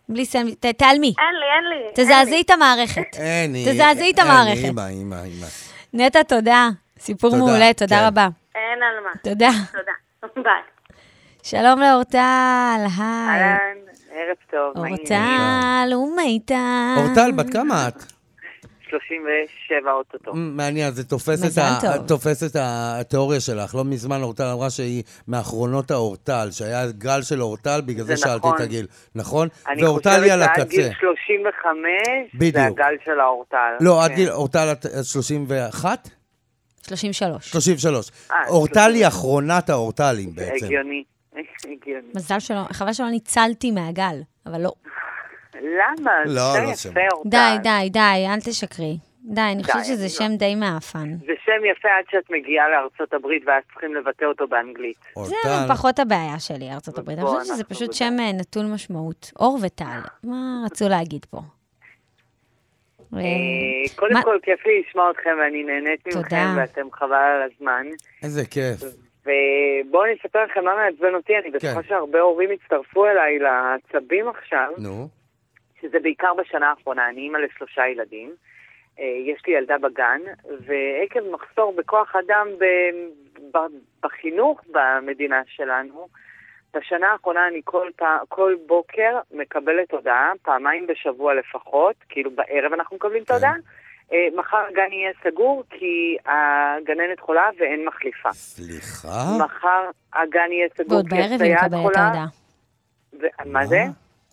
Speaker 3: בלי סנדוויץ', ת- תעלמי.
Speaker 2: אין לי, אין לי. אין
Speaker 3: תזעזעי
Speaker 2: לי.
Speaker 3: את המערכת.
Speaker 4: אין, היא...
Speaker 3: תזעזעי את
Speaker 4: אין,
Speaker 3: המערכת.
Speaker 4: אימא, אימא, אימא.
Speaker 3: נטע, תודה. סיפור
Speaker 4: תודה,
Speaker 3: מעולה, תודה
Speaker 4: כן.
Speaker 3: רבה.
Speaker 2: אין על מה.
Speaker 3: תודה.
Speaker 2: תודה. ביי.
Speaker 3: שלום לאורטל, היי.
Speaker 6: אהלן, ערב טוב. מה העניינים?
Speaker 3: אורטל ומיטל.
Speaker 4: כן. אורטל, בת כמה את?
Speaker 6: 37 אוטוטו.
Speaker 3: Mm.
Speaker 4: מ, מעניין, זה תופס את,
Speaker 3: מזל
Speaker 4: ה...
Speaker 3: טוב.
Speaker 4: תופס את התיאוריה שלך. לא מזמן אורטל אמרה שהיא מאחרונות האורטל, שהיה גל של אורטל, בגלל זה,
Speaker 6: זה
Speaker 4: שאלתי
Speaker 6: נכון.
Speaker 4: את הגיל. נכון?
Speaker 6: אני
Speaker 4: ואורטל היא על
Speaker 6: חושבת שעד
Speaker 4: הקצה.
Speaker 6: גיל 35,
Speaker 4: בדיוק.
Speaker 6: זה הגל של האורטל.
Speaker 4: לא, עד
Speaker 6: כן.
Speaker 4: גיל... אורטל את את 31?
Speaker 3: 33.
Speaker 4: 33.
Speaker 6: אה,
Speaker 4: אורטל היא אחרונת האורטלים
Speaker 6: זה
Speaker 4: בעצם.
Speaker 6: הגיוני. <laughs> הגיוני.
Speaker 3: מזל שלא, חבל שלא ניצלתי מהגל, אבל לא.
Speaker 6: למה?
Speaker 4: לא,
Speaker 6: זה
Speaker 4: לא
Speaker 6: יפה,
Speaker 4: שם.
Speaker 6: אורטל.
Speaker 3: די, די, די, אל תשקרי. די, אני חושבת שזה
Speaker 6: אני לא-
Speaker 3: שם די מעפן.
Speaker 6: זה שם יפה עד שאת מגיעה לארצות הברית ואז צריכים לבטא אותו באנגלית.
Speaker 3: זה
Speaker 4: אורטל.
Speaker 3: פחות הבעיה שלי, ארצות הברית. אני
Speaker 6: בוא,
Speaker 3: חושבת שזה
Speaker 6: אנחנו
Speaker 3: פשוט
Speaker 6: בזה.
Speaker 3: שם אה, נטול משמעות. אור וטל, מה רצו להגיד פה? אה,
Speaker 6: אה, קודם
Speaker 3: מה-
Speaker 6: כל, כיף לי לשמוע אתכם ואני נהנית
Speaker 3: תודה.
Speaker 6: ממכם ואתם חבל על הזמן.
Speaker 4: איזה כיף.
Speaker 6: ובואו אני אספר לכם מה מעצבן אותי,
Speaker 4: כן.
Speaker 6: אני בטוחה שהרבה הורים הצטרפו אליי לעצבים עכשיו.
Speaker 4: נו.
Speaker 6: שזה בעיקר בשנה האחרונה. אני אימא לשלושה ילדים, אה, יש לי ילדה בגן, ועקב מחסור בכוח אדם ב, ב, בחינוך במדינה שלנו, בשנה האחרונה אני כל, פע... כל בוקר מקבלת הודעה, פעמיים בשבוע לפחות, כאילו בערב אנחנו מקבלים את
Speaker 4: כן.
Speaker 6: ההודעה, אה, מחר הגן יהיה סגור כי הגננת חולה ואין מחליפה.
Speaker 4: סליחה?
Speaker 6: מחר הגן יהיה סגור
Speaker 3: ועוד
Speaker 6: כי
Speaker 3: בערב היא
Speaker 6: הסייעת
Speaker 3: מקבלת את
Speaker 6: חולה.
Speaker 3: ההודעה.
Speaker 6: ו- מה זה?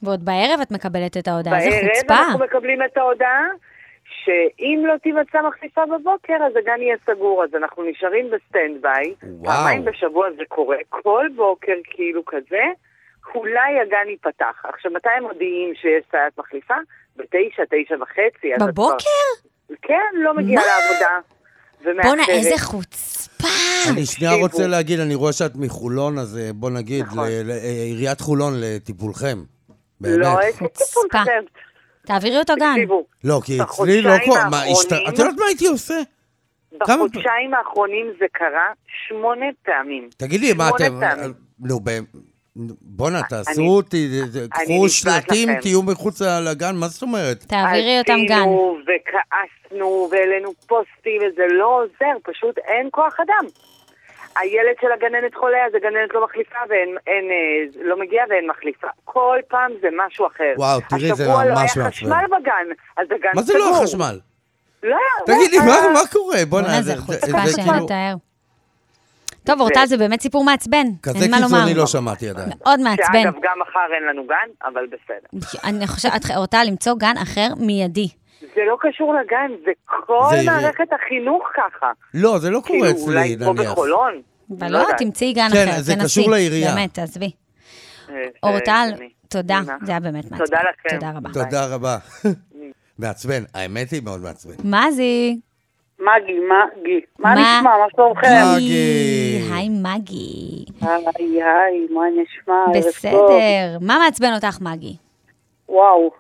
Speaker 3: ועוד בערב את מקבלת את ההודעה, זה
Speaker 6: בערב אנחנו
Speaker 3: חוצפה.
Speaker 6: מקבלים את ההודעה שאם לא תימצא מחליפה בבוקר, אז הגן יהיה סגור, אז אנחנו נשארים בסטנד ביי.
Speaker 4: וואו.
Speaker 6: פעמיים בשבוע זה קורה, כל בוקר כאילו כזה, אולי הגן ייפתח. עכשיו, מתי הם מודיעים שיש סייעת מחליפה? בתשע, תשע וחצי. אז את
Speaker 3: בבוקר?
Speaker 6: כבר- כן, לא מגיעה
Speaker 3: מה?
Speaker 6: לעבודה. ומאחרת.
Speaker 3: בואנה, איזה חוצפה.
Speaker 4: אני שנייה
Speaker 6: תקשיבו.
Speaker 4: רוצה להגיד, אני רואה שאת מחולון, אז אה, בוא נגיד,
Speaker 6: נכון.
Speaker 4: ל- ל- אה, עיריית חולון לטיפולכם.
Speaker 6: לא,
Speaker 4: באמת.
Speaker 6: איזה טיפול
Speaker 3: חוצפה.
Speaker 6: כזה.
Speaker 3: תעבירי אותו גן.
Speaker 6: תקשיבו,
Speaker 4: לא, כי אצלי
Speaker 6: בחודשיים
Speaker 4: לא קורה... מה,
Speaker 6: האחרונים-
Speaker 4: השת- את יודעת מה הייתי עושה? כמה-
Speaker 6: בחודשיים האחרונים זה קרה שמונה פעמים.
Speaker 4: תגידי, מה
Speaker 6: שמונה
Speaker 4: אתם...
Speaker 6: פעמים.
Speaker 4: נו, באמת. בואנה,
Speaker 6: אני-
Speaker 4: תעשו אותי, קחו
Speaker 6: נשבעת
Speaker 4: שלטים,
Speaker 6: לכם.
Speaker 4: תהיו מחוץ לגן, מה זאת אומרת?
Speaker 3: תעבירי אותם גן.
Speaker 6: עשינו וכעסנו והעלינו פוסטים וזה לא עוזר, פשוט אין כוח אדם. הילד של הגננת חולה, אז הגננת לא מחליפה ואין, אין, אה, לא מגיעה ואין מחליפה. כל פעם זה משהו אחר.
Speaker 4: וואו, תראי, זה
Speaker 6: השבוע לא היה
Speaker 4: ממש מעצבן.
Speaker 6: חשמל בגן, אז הגן
Speaker 4: מה זה
Speaker 6: סגור.
Speaker 4: לא החשמל?
Speaker 6: לא היה...
Speaker 4: תגידי,
Speaker 6: לא
Speaker 4: מה
Speaker 6: היה-
Speaker 4: מה קורה?
Speaker 3: בואנה,
Speaker 4: בואנה,
Speaker 3: זה חוצפה
Speaker 4: זה
Speaker 3: שאין
Speaker 4: כאילו-
Speaker 3: לתאר. טוב,
Speaker 6: אוקיי.
Speaker 3: אורטל, זה באמת סיפור מעצבן.
Speaker 4: כזה
Speaker 3: אין מה לומר.
Speaker 4: קיצוני לא שמעתי עדיין.
Speaker 3: מאוד מעצבן.
Speaker 6: שאגב, גם מחר אין לנו גן, אבל בסדר.
Speaker 3: אני חושבת, את- אורטל, למצוא גן אחר מיידי.
Speaker 6: זה לא קשור לגן, זה כל
Speaker 4: זה-
Speaker 6: מערכת החינוך ככה.
Speaker 4: לא, זה לא
Speaker 6: כאילו,
Speaker 4: קורה אצלי,
Speaker 6: אולי פה
Speaker 4: נניח.
Speaker 6: בחולון.
Speaker 3: אבל
Speaker 6: לא
Speaker 3: לא,
Speaker 6: יודעת.
Speaker 3: תמצאי גן אחר,
Speaker 4: כן,
Speaker 3: תנסי.
Speaker 4: זה קשור לעירייה.
Speaker 3: באמת, תעזבי.
Speaker 6: אה, זה-
Speaker 3: אורטל,
Speaker 6: אני-
Speaker 3: תודה,
Speaker 6: אני-
Speaker 3: זה היה באמת מעצבן.
Speaker 6: תודה לכם. <laughs>
Speaker 3: תודה רבה.
Speaker 4: תודה רבה. מעצבן, האמת היא מאוד מעצבן.
Speaker 3: מזי.
Speaker 6: מגי, מגי. מה
Speaker 3: מה?
Speaker 6: נשמע? מה שלומכם?
Speaker 4: מגי.
Speaker 3: היי, מגי.
Speaker 6: היי, היי, מה נשמע? ערב טוב.
Speaker 3: בסדר. מה מעצבן אותך, מגי?
Speaker 6: וואו.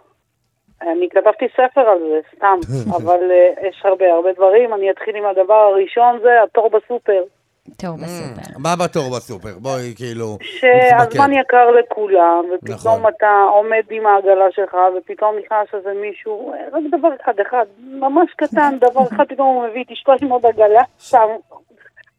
Speaker 6: אני כתבתי ספר על זה, סתם. אבל אה, יש הרבה, הרבה דברים. אני אתחיל עם הדבר הראשון, זה התור בסופר.
Speaker 4: Mm.
Speaker 3: טוב, בסופר.
Speaker 4: מה בתור בסופר? בואי, כאילו...
Speaker 6: שהזמן
Speaker 4: נתמקד.
Speaker 6: יקר לכולם, ופתאום
Speaker 4: נכון.
Speaker 6: נכון. אתה עומד עם העגלה שלך, ופתאום נכנס איזה מישהו, אה, רק דבר אחד, אחד, ממש קטן, דבר אחד, פתאום הוא מביא את אשתו עם עוד עגלה, שם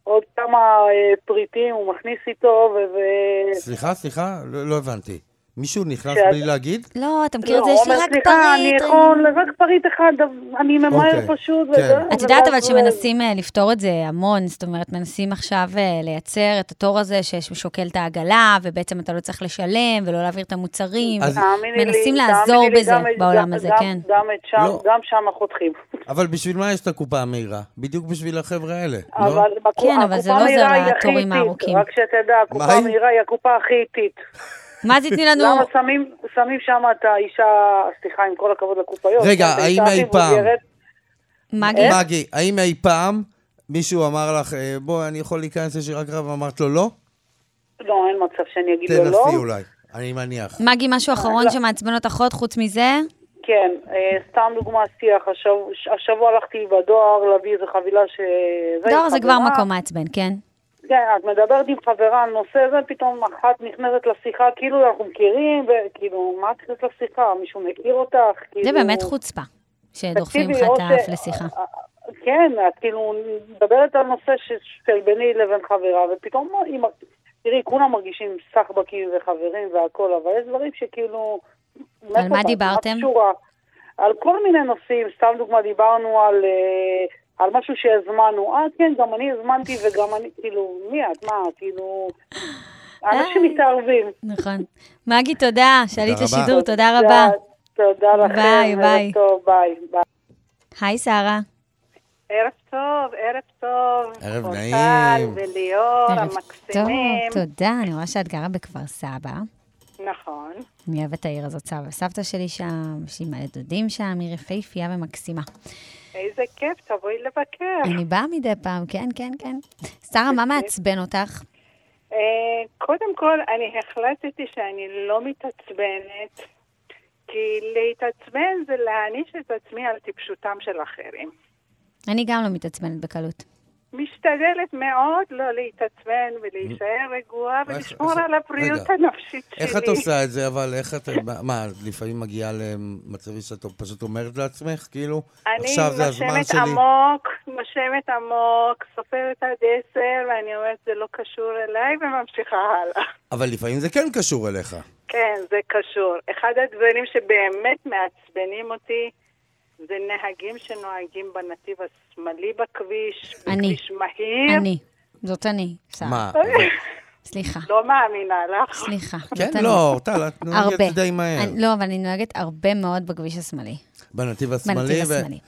Speaker 6: עוד כמה אה, פריטים הוא מכניס איתו, ו... ו-
Speaker 4: סליחה, סליחה, לא לא הבנתי. מישהו נכנס
Speaker 6: שאת-
Speaker 4: בלי להגיד?
Speaker 3: לא, אתה מכיר את
Speaker 6: לא,
Speaker 3: זה? יש לי
Speaker 6: אומר,
Speaker 3: רק
Speaker 6: "סליחה, אני
Speaker 3: פריט.
Speaker 6: יכול, רק פריט אחד, אבל אני ממהר
Speaker 4: אוקיי,
Speaker 6: פשוט.
Speaker 4: כן.
Speaker 6: וזהו,
Speaker 3: את יודעת אבל
Speaker 6: ואז-
Speaker 3: שמנסים אה, לפתור את זה המון, זאת אומרת, מנסים עכשיו אה, לייצר את התור הזה ששוקל את העגלה, ובעצם אתה לא צריך לשלם ולא להעביר את המוצרים.
Speaker 4: אז-
Speaker 6: תאמיני לי,
Speaker 3: מנסים
Speaker 6: תאמיני
Speaker 3: לעזור
Speaker 6: לי,
Speaker 3: בזה
Speaker 6: גם-
Speaker 3: בעולם
Speaker 6: גם-
Speaker 3: הזה,
Speaker 6: גם-
Speaker 3: כן.
Speaker 6: גם את שם-
Speaker 4: לא.
Speaker 6: גם שם חותכים.
Speaker 4: אבל בשביל מה יש את הקופה המהירה? בדיוק בשביל החבר'ה האלה, לא?
Speaker 6: אבל בקו-
Speaker 3: כן, אבל זה
Speaker 6: הקופה
Speaker 3: לא עוזר
Speaker 6: המהירה היא הכי
Speaker 3: לתורים
Speaker 6: איטית,
Speaker 3: הארוכים.
Speaker 6: רק שתדע, הקופה
Speaker 4: מה היא?
Speaker 6: המהירה היא הקופה הכי איטית.
Speaker 3: מה זה תני לנו?
Speaker 6: למה שמים- שמים שם את האישה, סליחה, עם כל הכבוד לקופאיות.
Speaker 4: רגע,
Speaker 6: את האישה
Speaker 4: האם
Speaker 6: הכי
Speaker 4: אי פעם?
Speaker 6: מבוגרת.
Speaker 3: מגי?
Speaker 4: מגי, האם אי פעם מישהו אמר לך, אה, בואי, אני יכול להיכנס יש לי רק רב, אמרת לו לא?
Speaker 6: לא, אין מצב שאני אגיד לו לא.
Speaker 4: תנסי אולי, אני מניח.
Speaker 3: מגי, משהו
Speaker 6: אה,
Speaker 3: אחרון שמעצבן אותך עוד חוץ מזה?
Speaker 6: כן, אה, סתם דוגמה, שיח. השב- השבוע הלכתי בדואר להביא איזה חבילה ש...
Speaker 3: דואר לא, זה כבר
Speaker 6: חברה.
Speaker 3: מקום מעצבן, כן?
Speaker 6: כן, את מדברת עם חברה על נושא זה, פתאום אחת נכנסת לשיחה, כאילו אנחנו מכירים, וכאילו, מה את נכנסת לשיחה? מישהו מכיר אותך?
Speaker 3: זה
Speaker 6: כאילו-
Speaker 3: באמת חוצפה, שדוחפים לך
Speaker 6: תקשיבי, אה,
Speaker 3: את
Speaker 6: או ש-
Speaker 3: האף לשיחה.
Speaker 6: כן, את כאילו מדברת על נושא ש- של ביני לבין חברה, ופתאום, אה, היא מ- תראי, כולם מרגישים סחבקים וחברים והכול, אבל יש דברים שכאילו...
Speaker 3: על
Speaker 6: מאיפה
Speaker 3: מה
Speaker 6: באת?
Speaker 3: דיברתם?
Speaker 6: קשורה? על כל מיני נושאים, סתם דוגמה, דיברנו על... אה, על משהו שהזמנו, אה כן, גם אני הזמנתי וגם אני, כאילו, מי את, מה, כאילו, אנשים
Speaker 3: איי.
Speaker 6: מתערבים.
Speaker 3: נכון. מגי, תודה, שעלית
Speaker 4: רבה.
Speaker 3: לשידור, תודה רבה.
Speaker 6: תודה לכם.
Speaker 3: ביי,
Speaker 6: ערב
Speaker 3: ביי.
Speaker 6: טוב, ביי, ביי.
Speaker 3: היי, שרה.
Speaker 7: ערב טוב, ערב טוב.
Speaker 4: ערב
Speaker 7: אורטל
Speaker 4: נעים.
Speaker 7: וליאור
Speaker 3: ערב
Speaker 7: המקסימים.
Speaker 3: טוב, תודה, אני רואה שאת גרה בכפר סבא.
Speaker 7: נכון.
Speaker 3: אני אוהבת את העיר הזאת, סבא וסבתא שלי שם, יש לי מלא דודים שם, עיר יפהפייה ומקסימה.
Speaker 7: אה. איזה כיף, תבואי לבקר.
Speaker 3: אני באה מדי פעם, כן, כן, כן. שרה, מה מעצבן אותך?
Speaker 7: אה, קודם כל, אני החלטתי שאני לא מתעצבנת, כי להתעצבן זה להעניש את עצמי על טיפשותם של אחרים.
Speaker 3: אני גם לא מתעצבנת בקלות.
Speaker 7: משתדלת מאוד לא להתעצבן ולהישאר רגועה
Speaker 4: איך-
Speaker 7: ולשמור
Speaker 4: איך-
Speaker 7: על הבריאות
Speaker 4: רגע.
Speaker 7: הנפשית שלי.
Speaker 4: איך את עושה את זה, אבל איך את... מה- מה, את לפעמים מגיעה למצבים שאת פשוט אומרת לעצמך, כאילו,
Speaker 7: אני
Speaker 4: עכשיו זה הזמן
Speaker 7: נושמת
Speaker 4: שלי?
Speaker 7: עמוק, נושמת עמוק, סופרת עד עשר, ואני אומרת, זה לא קשור אליי, וממשיכה הלאה.
Speaker 4: אבל לפעמים זה כן קשור אליך.
Speaker 7: כן, זה קשור. אחד הדברים שבאמת מעצבנים אותי, זה נהגים שנוהגים בנתיב השמאלי בכביש,
Speaker 3: אני.
Speaker 7: בכביש מהיר.
Speaker 3: אני. זאת אני, שרה. <laughs>
Speaker 4: מה? אבל-
Speaker 3: סליחה,
Speaker 7: לא מאמינה לך.
Speaker 3: סליחה.
Speaker 4: כן,
Speaker 3: זאת אני.
Speaker 4: לא, אורטל, את
Speaker 3: הרבה.
Speaker 4: נוהגת די מהר.
Speaker 3: אני- לא, אבל אני נוהגת הרבה מאוד בכביש השמאלי.
Speaker 4: בנתיב השמאלי.
Speaker 3: בנתיב
Speaker 4: ו-
Speaker 3: השמאלי.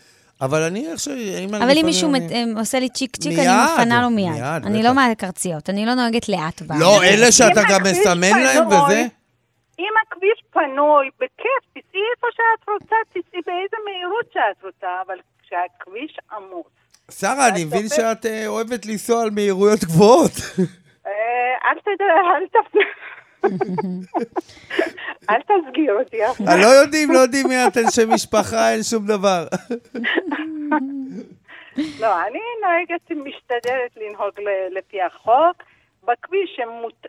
Speaker 4: אבל אני איך ש... אם אני
Speaker 3: אבל אם
Speaker 4: לפעמים
Speaker 3: מישהו
Speaker 4: אני-
Speaker 3: מת- אמ, עושה לי צ'יק צ'יק, אני
Speaker 4: מיד,
Speaker 3: מפנה לו מיד.
Speaker 4: מיד,
Speaker 3: אני
Speaker 4: בטח.
Speaker 3: לא מהקרציות, אני לא נוהגת לאט בה.
Speaker 4: לא, אלה שאתה גם
Speaker 7: הכביש
Speaker 4: מסמן להם
Speaker 7: פנוי,
Speaker 4: וזה?
Speaker 7: אם הכביש פנוי, בכיף, תיסעי איפה שאת רוצה, תיסעי באיזה מהירות שאת רוצה, אבל כשהכביש עמוס.
Speaker 4: שרה, אני
Speaker 7: את
Speaker 4: מבין
Speaker 7: הופך-
Speaker 4: שאת אה, אוהבת לנסוע על מהירויות גבוהות. <laughs>
Speaker 7: אה, אל תד... אל תפ...
Speaker 3: <laughs>
Speaker 7: אל תסגיר אותי אף פעם.
Speaker 4: לא יודעים, לא יודעים מי את, אין שם משפחה, אין שום דבר.
Speaker 7: לא, אני נוהגת, משתדלת לנהוג ל- לפי החוק. בכביש שמות...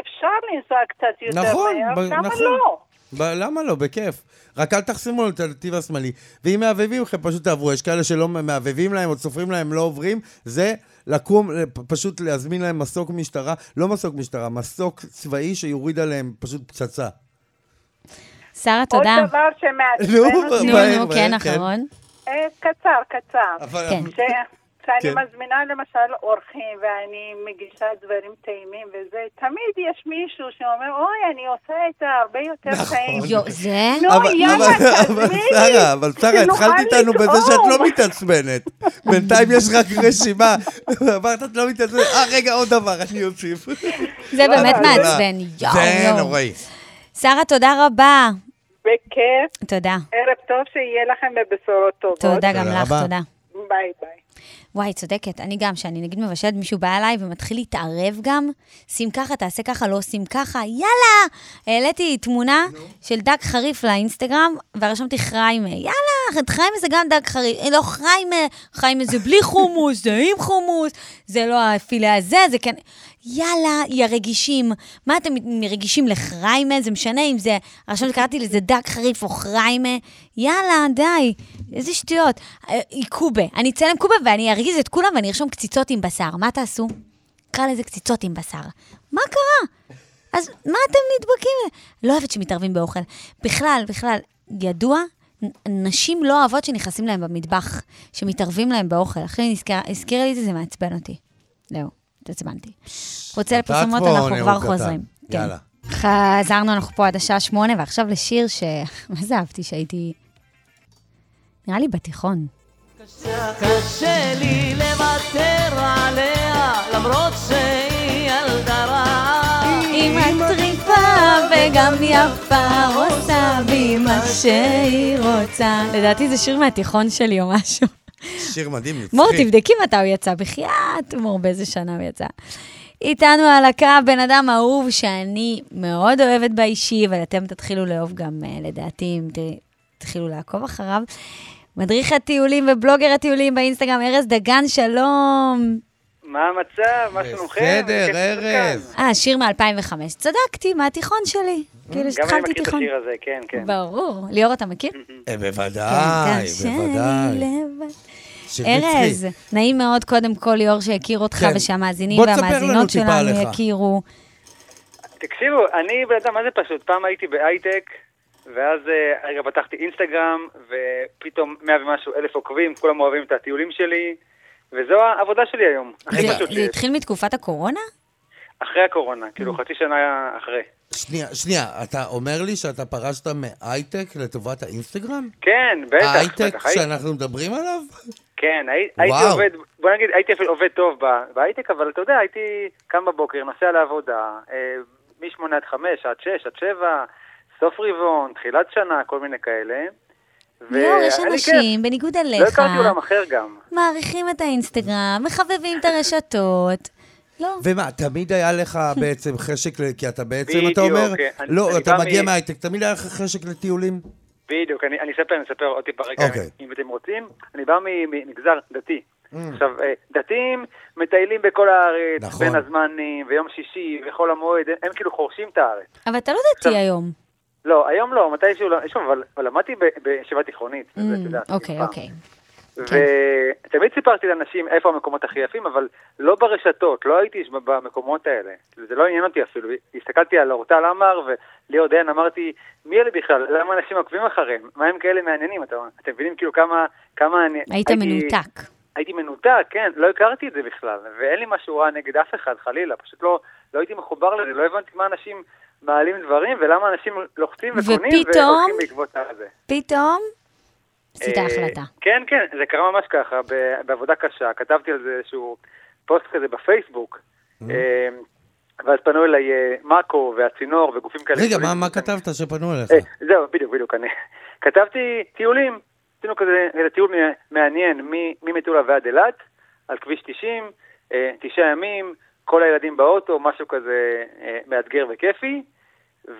Speaker 7: אפשר לנסוע קצת יותר
Speaker 4: נכון,
Speaker 7: מהר,
Speaker 4: ב-
Speaker 7: למה
Speaker 4: נכון.
Speaker 7: לא?
Speaker 4: ב- למה לא? בכיף. רק אל תחסמו את הנתיב השמאלי. ואם מעבבים לכם, פשוט תעברו. יש כאלה שלא מעבבים להם, או צופרים להם, לא עוברים. זה לקום, אה, פ- פשוט להזמין להם מסוק משטרה, לא מסוק משטרה, מסוק צבאי שיוריד עליהם פשוט פצצה.
Speaker 3: שרה, תודה.
Speaker 7: עוד דבר
Speaker 4: נו,
Speaker 7: שמעצבן אותי,
Speaker 4: דבר,
Speaker 3: נו,
Speaker 4: מהר,
Speaker 3: נו,
Speaker 4: מהר,
Speaker 3: כן,
Speaker 4: כן.
Speaker 3: אחרון.
Speaker 7: אה, קצר, קצר.
Speaker 4: אבל...
Speaker 3: כן.
Speaker 7: ש... כשאני
Speaker 4: כן.
Speaker 7: מזמינה למשל אורחים ואני מגישה דברים טעימים וזה, תמיד יש מישהו שאומר, אוי, אני עושה את זה הרבה יותר
Speaker 4: נכון.
Speaker 7: טעים.
Speaker 3: יו, זה?
Speaker 7: לא, יאללה,
Speaker 4: אבל
Speaker 7: תעזבי.
Speaker 4: שרה, אבל שרה,
Speaker 7: שנוכל
Speaker 4: התחלת איתנו בזה שאת לא
Speaker 7: לטעום.
Speaker 4: מתעצבנת. בינתיים יש רק רשימה. <laughs> אמרת, את לא מתעצבנת. אה, רגע, עוד דבר, אני אוסיף.
Speaker 3: זה באמת
Speaker 7: לא,
Speaker 4: אבל-
Speaker 3: מעצבן. יואו, לא.
Speaker 4: זה
Speaker 3: יואו.
Speaker 4: נוראי.
Speaker 3: שרה, תודה רבה.
Speaker 7: בכיף.
Speaker 3: תודה.
Speaker 7: ערב טוב, שיהיה לכם בבשורות טובות.
Speaker 3: תודה גם
Speaker 4: תודה
Speaker 3: לך,
Speaker 4: רבה.
Speaker 3: תודה.
Speaker 7: ביי ביי.
Speaker 3: וואי, צודקת. אני גם, שאני נגיד מבשלת, מישהו בא אליי ומתחיל להתערב גם, שים ככה, תעשה ככה, לא שים ככה, יאללה! העליתי תמונה של דג חריף לאינסטגרם, ורשמתי חריימה. יאללה, את חריימה זה גם דג חריף. אה, לא, חריימה, חריימה זה בלי חומוס, זה עם חומוס, זה לא הפילה הזה, זה כן... יאללה, יא רגישים. מה אתם רגישים לחריימה? זה משנה אם זה... עכשיו קראתי לזה דג חריף או חריימה. יאללה, די. איזה שטויות. אה, היא קובה. אני אצלם קובה ואני ארגיז את כולם ואני ארשום קציצות עם בשר. מה תעשו? נקרא לזה קציצות עם בשר. מה קרה? אז מה אתם נדבקים? לא אוהבת שמתערבים באוכל. בכלל, בכלל, ידוע, נ- נשים לא אוהבות שנכנסים להם במטבח, שמתערבים להם באוכל. אחרי נזכר, הזכירה לי את זה, זה מעצבן אותי. זהו, התעצבנתי. רוצה
Speaker 4: נתת
Speaker 3: לפרסומות,
Speaker 4: פה
Speaker 3: אנחנו
Speaker 4: נאום
Speaker 3: כבר
Speaker 4: קטן.
Speaker 3: חוזרים. כן.
Speaker 4: יאללה.
Speaker 3: חזרנו, אנחנו פה עד השעה שמונה, ועכשיו לשיר ש... <laughs> מה זה אהבתי שהייתי... נראה לי בתיכון.
Speaker 8: קשה לי לוותר עליה, למרות שהיא ילדה רעה.
Speaker 3: היא מטריפה וגם יפה עושה בי מה שהיא רוצה. לדעתי זה שיר מהתיכון שלי או משהו.
Speaker 4: שיר מדהים, נצחי.
Speaker 3: מור, תבדקי מתי הוא יצא, בחייאת, מור, באיזה שנה הוא יצא. איתנו על הקו בן אדם אהוב שאני מאוד אוהבת באישי, אבל אתם תתחילו לאהוב גם, אה, לדעתי, אם ת- תתחילו לעקוב אחריו. מדריך הטיולים ובלוגר הטיולים באינסטגרם, ארז דגן, שלום.
Speaker 6: מה המצב? מה שלומכם?
Speaker 4: בסדר,
Speaker 6: כיף שאתם
Speaker 4: ארז.
Speaker 3: אה, שיר מ-2005. צדקתי, מהתיכון שלי. כאילו,
Speaker 6: כאן. גם אני
Speaker 3: שהתחלתי
Speaker 6: מכיר את
Speaker 3: תיכון.
Speaker 6: השיר הזה, כן, כן.
Speaker 3: ברור. ליאור, אתה מכיר?
Speaker 4: אה,
Speaker 3: כן,
Speaker 4: בוודאי,
Speaker 3: קשה לי
Speaker 4: בוודאי.
Speaker 3: לבד.
Speaker 4: שיר נצחי.
Speaker 3: ארז, נעים מאוד קודם כל, ליאור, שהכיר אותך,
Speaker 4: כן.
Speaker 3: ושהמאזינים
Speaker 4: בוא תספר לנו
Speaker 3: והמאזינות
Speaker 4: טיפה
Speaker 3: שלנו
Speaker 4: עליך.
Speaker 3: יכירו.
Speaker 6: תקשיבו, אני בן אדם, מה זה פשוט? פעם הייתי בהייטק, ואז אה, רגע פתחתי אינסטגרם, ופתאום מאה ומשהו אלף עוקבים, כולם אוהבים את הטיולים שלי, וזו העבודה שלי היום. הכי
Speaker 3: זה-
Speaker 6: פשוט
Speaker 3: זה
Speaker 6: שיש.
Speaker 3: התחיל מתקופת הקורונה?
Speaker 6: אחרי הקורונה, כאילו חצי שנה אחרי.
Speaker 4: שנייה, שנייה, אתה אומר לי שאתה פרשת מהייטק לטובת האינסטגרם?
Speaker 6: כן, בטח.
Speaker 4: ההייטק
Speaker 6: בטח, הייתי-
Speaker 4: שאנחנו מדברים עליו?
Speaker 6: כן, הי- הייתי
Speaker 4: וואו.
Speaker 6: עובד, בוא נגיד, הייתי אפילו עובד טוב ב- בהייטק, אבל אתה יודע, הייתי קם בבוקר, נוסע לעבודה, אה, משמונה עד חמש, עד שש, עד שבע, סוף רבעון, תחילת שנה, כל מיני כאלה. ו-
Speaker 3: ליאור, יש
Speaker 6: היה לי כיף.
Speaker 3: אנשים, אה? בניגוד
Speaker 6: לא
Speaker 3: אליך,
Speaker 6: הכרתי עולם אחר גם.
Speaker 3: מעריכים את האינסטגרם, מחבבים את הרשתות. לא.
Speaker 4: ומה, תמיד היה לך בעצם חשק, ל- כי אתה בעצם,
Speaker 6: בדיוק,
Speaker 4: אתה אומר,
Speaker 6: כן. אני-
Speaker 4: לא,
Speaker 6: אני
Speaker 4: אתה
Speaker 6: בא
Speaker 4: מגיע
Speaker 6: מ- כן,
Speaker 4: מההייטק, תמיד היה לך חשק לטיולים?
Speaker 6: בדיוק, אני, אני אספר, אני אספר עוד טיפה רגע,
Speaker 4: אוקיי. Mm.
Speaker 6: אם אתם רוצים. אני בא מ- ממגזר דתי. עכשיו, אה, דתיים מטיילים בכל הארץ,
Speaker 4: נכון.
Speaker 6: בין הזמנים, ויום שישי, וחול המועד, הם, הם כאילו חורשים את הארץ.
Speaker 3: אבל אתה לא דתי
Speaker 6: עכשיו-
Speaker 3: היום.
Speaker 6: לא, היום לא, מתישהו לא, שוב, אבל, אבל למדתי ב- בישיבה תיכונית,
Speaker 3: Mm,
Speaker 6: זה, אה, את יודעת,
Speaker 3: אוקיי,
Speaker 6: פעם.
Speaker 3: אוקיי. כן.
Speaker 6: ותמיד סיפרתי לאנשים איפה המקומות הכי יפים, אבל לא ברשתות, לא הייתי ב- במקומות האלה. כאילו, זה לא עניין אותי אפילו. הסתכלתי על אורטל עמר וליאור דיין, אמרתי, מי אלה בכלל? למה אנשים עוקבים אחריהם? מה הם כאלה מעניינים? אתה- אתם מבינים כאילו כמה... כמה אני...
Speaker 3: היית
Speaker 6: הייתי-
Speaker 3: מנותק.
Speaker 6: הייתי מנותק, כן, לא הכרתי את זה בכלל, ואין לי משהו רע נגד אף אחד, חלילה, פשוט לא, לא הייתי מחובר לזה, לא הבנתי מה אנשים מעלים דברים, ולמה אנשים לוחצים וקונים,
Speaker 3: ופתאום-
Speaker 6: והולכים בעקבות הזה.
Speaker 3: פתאום, עשית
Speaker 6: אה,
Speaker 3: החלטה.
Speaker 6: כן, כן, זה קרה ממש ככה, ב- בעבודה קשה, כתבתי על זה איזשהו פוסט כזה בפייסבוק,
Speaker 4: Mm-hmm.
Speaker 6: אה, ואז פנו אליי אה, מאקו והצינור וגופים כאלה.
Speaker 4: רגע,
Speaker 6: גדולים.
Speaker 4: מה- מה כתבת שפנו אליך?
Speaker 6: אה, זהו, בדיוק, בדיוק, אני כתבתי טיולים, עשינו כזה כזה טיול מ- מעניין מ- ממטולה ועד אילת, על כביש 90, אה, תשעה ימים, כל הילדים באוטו, משהו כזה אה, מאתגר וכיפי,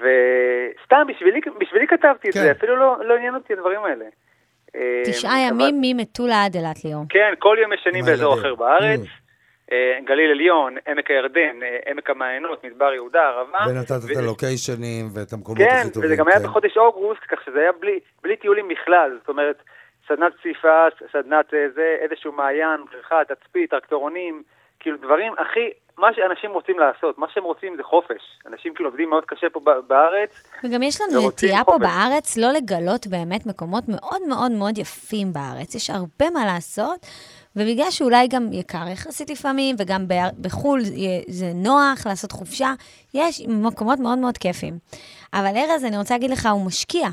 Speaker 6: וסתם בשבילי, בשבילי כתבתי את
Speaker 4: כן.
Speaker 6: זה, אפילו לא, לא עניין אותי הדברים האלה. אה,
Speaker 3: תשעה
Speaker 6: אבל-
Speaker 3: ימים ממטולה עד אילת, ליאור.
Speaker 6: כן, כל יום ישנים
Speaker 4: עם
Speaker 6: באזור
Speaker 4: הילדים.
Speaker 6: אחר בארץ.
Speaker 4: Mm.
Speaker 6: אה, גליל עליון, עמק הירדן, אה, עמק המעיינות, מדבר יהודה, ערבה.
Speaker 4: ונתת את
Speaker 6: ו-
Speaker 4: הלוקיישנים ואת המקומות
Speaker 6: כן,
Speaker 4: הכי טובים.
Speaker 6: וזה גם היה
Speaker 4: כן.
Speaker 6: בחודש אוגוסט, כך שזה היה בלי, בלי טיולים בכלל, זאת אומרת, סדנת צעיפה, סדנת אה, זה, איזשהו מעיין, בריכה, תצפית, טרקטורונים, כאילו דברים הכי, מה שאנשים רוצים לעשות, מה שהם רוצים זה חופש. אנשים כאילו עובדים מאוד קשה פה ב- בארץ,
Speaker 3: וגם יש לנו
Speaker 6: ורוצים
Speaker 3: נטייה פה
Speaker 6: חופש.
Speaker 3: בארץ לא לגלות באמת מקומות מאוד מאוד מאוד יפים בארץ. יש הרבה מה לעשות, ובגלל שאולי גם יקר יחסית לפעמים, וגם ב- בחו"ל י- זה נוח לעשות חופשה, יש מקומות מאוד מאוד כיפים. אבל ארז, אני רוצה להגיד לך, הוא משקיע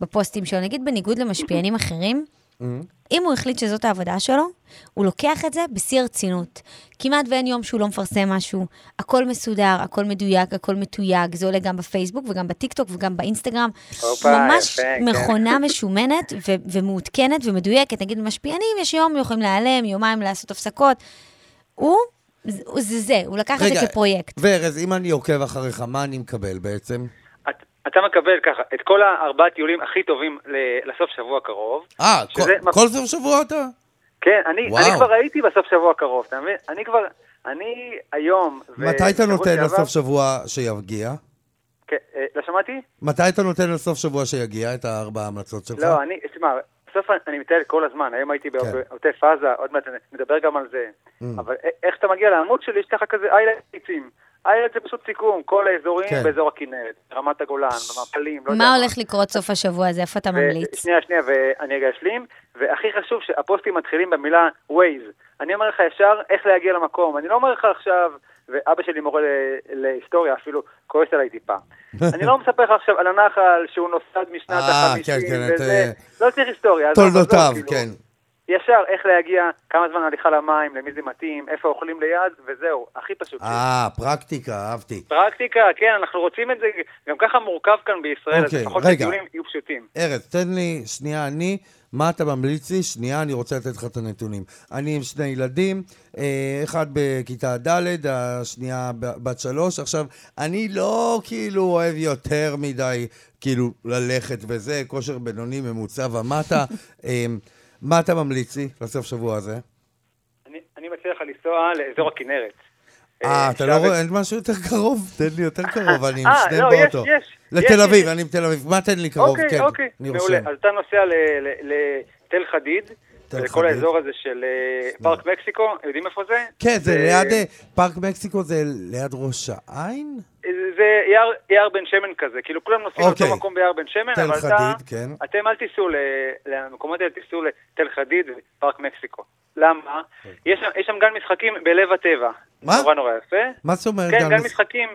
Speaker 3: בפוסטים שלו. נגיד בניגוד למשפיענים אחרים, אם הוא החליט שזאת העבודה שלו, הוא לוקח את זה בשיא הרצינות. כמעט ואין יום שהוא לא מפרסם משהו. הכל מסודר, הכל מדויק, הכל מתויג. זה עולה גם בפייסבוק וגם בטיקטוק וגם באינסטגרם.
Speaker 9: הופה,
Speaker 3: ממש
Speaker 9: יפה, כן.
Speaker 3: מכונה משומנת ו- ומעודכנת ומדויקת. נגיד במשפיענים יש יום, יכולים להיעלם, יומיים לעשות הפסקות. הוא, זה זה, זה, הוא לקח את זה כפרויקט.
Speaker 4: וארז, אם אני עוקב אחריך, מה אני מקבל בעצם?
Speaker 6: את, אתה מקבל ככה, את כל הארבעה טיולים הכי טובים ל- לסוף שבוע קרוב.
Speaker 4: אה, כל-
Speaker 6: שזה-
Speaker 4: כל סוף שבוע אתה?
Speaker 6: כן, אני,
Speaker 4: וואו.
Speaker 6: אני כבר הייתי בסוף שבוע הקרוב, אתה מבין? אני כבר, אני היום... ו-
Speaker 4: מתי אתה
Speaker 6: שבוע
Speaker 4: נותן
Speaker 6: שעבר-
Speaker 4: לסוף שבוע שיגיע?
Speaker 6: כן, אה, לא שמעתי?
Speaker 4: מתי אתה נותן לסוף שבוע שיגיע את הארבע ההמלצות שלך?
Speaker 6: לא, אני, תשמע, בסוף אני- אני מטייל כל הזמן, היום הייתי
Speaker 4: כן. Mm.
Speaker 6: בעוטף עזה, עוד מעט נדבר גם על זה. אבל א- איך אתה מגיע לעמוד שלי, יש ככה כזה איילנטים. איילנט זה פשוט סיכום, כל האזורים
Speaker 4: כן.
Speaker 6: באזור הכנרת, רמת הגולן, במפלים, לא יודע
Speaker 10: מה הולך לקרות סוף השבוע הזה? איפה אתה
Speaker 6: ו-
Speaker 10: ממליץ?
Speaker 6: שנייה, שנייה, ואני רגע אשלים. והכי חשוב שהפוסטים מתחילים במילה Waze. אני אומר לך ישר איך להגיע למקום. אני לא אומר לך עכשיו, ואבא שלי מורה ל- להיסטוריה, אפילו כועס עליי
Speaker 4: <laughs>
Speaker 6: טיפה. אני לא מספר לך עכשיו על הנחל שהוא נוסד משנת
Speaker 4: אה,
Speaker 6: החמישים,
Speaker 4: כן, כן,
Speaker 6: וזה... לא צריך היסטוריה. עזוב, עזוב,
Speaker 4: תולדותיו,
Speaker 6: כאילו.
Speaker 4: כן.
Speaker 6: ישר איך להגיע, כמה זמן הליכה למים, למי זה מתאים, איפה אוכלים ליד, וזהו, הכי פשוט.
Speaker 4: אה, פרקטיקה, אהבתי.
Speaker 6: פרקטיקה, כן, אנחנו רוצים את זה, גם ככה מורכב כאן בישראל, אז
Speaker 4: אוקיי,
Speaker 6: לפחות
Speaker 4: רגע.
Speaker 6: הטיולים יהיו פשוטים.
Speaker 4: ארז, תן לי שנייה אני, מה אתה ממליץ לי? שנייה, אני רוצה לתת לך את הנתונים. אני עם שני ילדים, אה, אחד בכיתה ד', השנייה ב- בת שלוש. עכשיו, אני לא כאילו אוהב יותר מדי, כאילו, ללכת וזה, כושר בינוני ממוצע
Speaker 6: <laughs>
Speaker 4: ומטה. אה, מה אתה ממליץ לי לסוף שבוע הזה?
Speaker 6: אני- אני מציע לך לנסוע לאזור הכנרת.
Speaker 4: אה, אתה לא
Speaker 6: עכשיו-
Speaker 4: רואה, אין משהו יותר קרוב? תן לי יותר קרוב, אני עם
Speaker 6: אה,
Speaker 4: שניהם
Speaker 6: לא, יש,
Speaker 4: באוטו.
Speaker 6: יש, יש,
Speaker 4: לתל
Speaker 6: יש.
Speaker 4: אביב, אני עם תל אביב. מה תן לי קרוב?
Speaker 6: אוקיי,
Speaker 4: כן,
Speaker 6: אוקיי,
Speaker 4: אני
Speaker 6: מעולה.
Speaker 4: רושם.
Speaker 6: אז אתה נוסע ל- ל- לתל חדיד,
Speaker 4: תל
Speaker 6: לכל
Speaker 4: חדיד.
Speaker 6: האזור הזה של אה, פארק מקסיקו, יודעים איפה זה?
Speaker 4: כן, זה
Speaker 6: אה,
Speaker 4: ליד, אה, פארק מקסיקו זה ליד ראש העין?
Speaker 6: זה יער- יער בן שמן כזה, כאילו כולם נוסעים
Speaker 4: אוקיי.
Speaker 6: לאותו מקום ביער בן שמן,
Speaker 4: תל
Speaker 6: אבל אתה-
Speaker 4: חדיד, כן.
Speaker 6: אתם אל תיסעו ל- למקומות האלה, תיסעו לתל חדיד ופארק מקסיקו. למה? יש שם- יש שם גן משחקים בלב הטבע.
Speaker 4: אוקיי. מה?
Speaker 6: נורא נורא יפה.
Speaker 4: מה זאת אומרת?
Speaker 6: כן, גן
Speaker 4: מס-
Speaker 6: משחקים,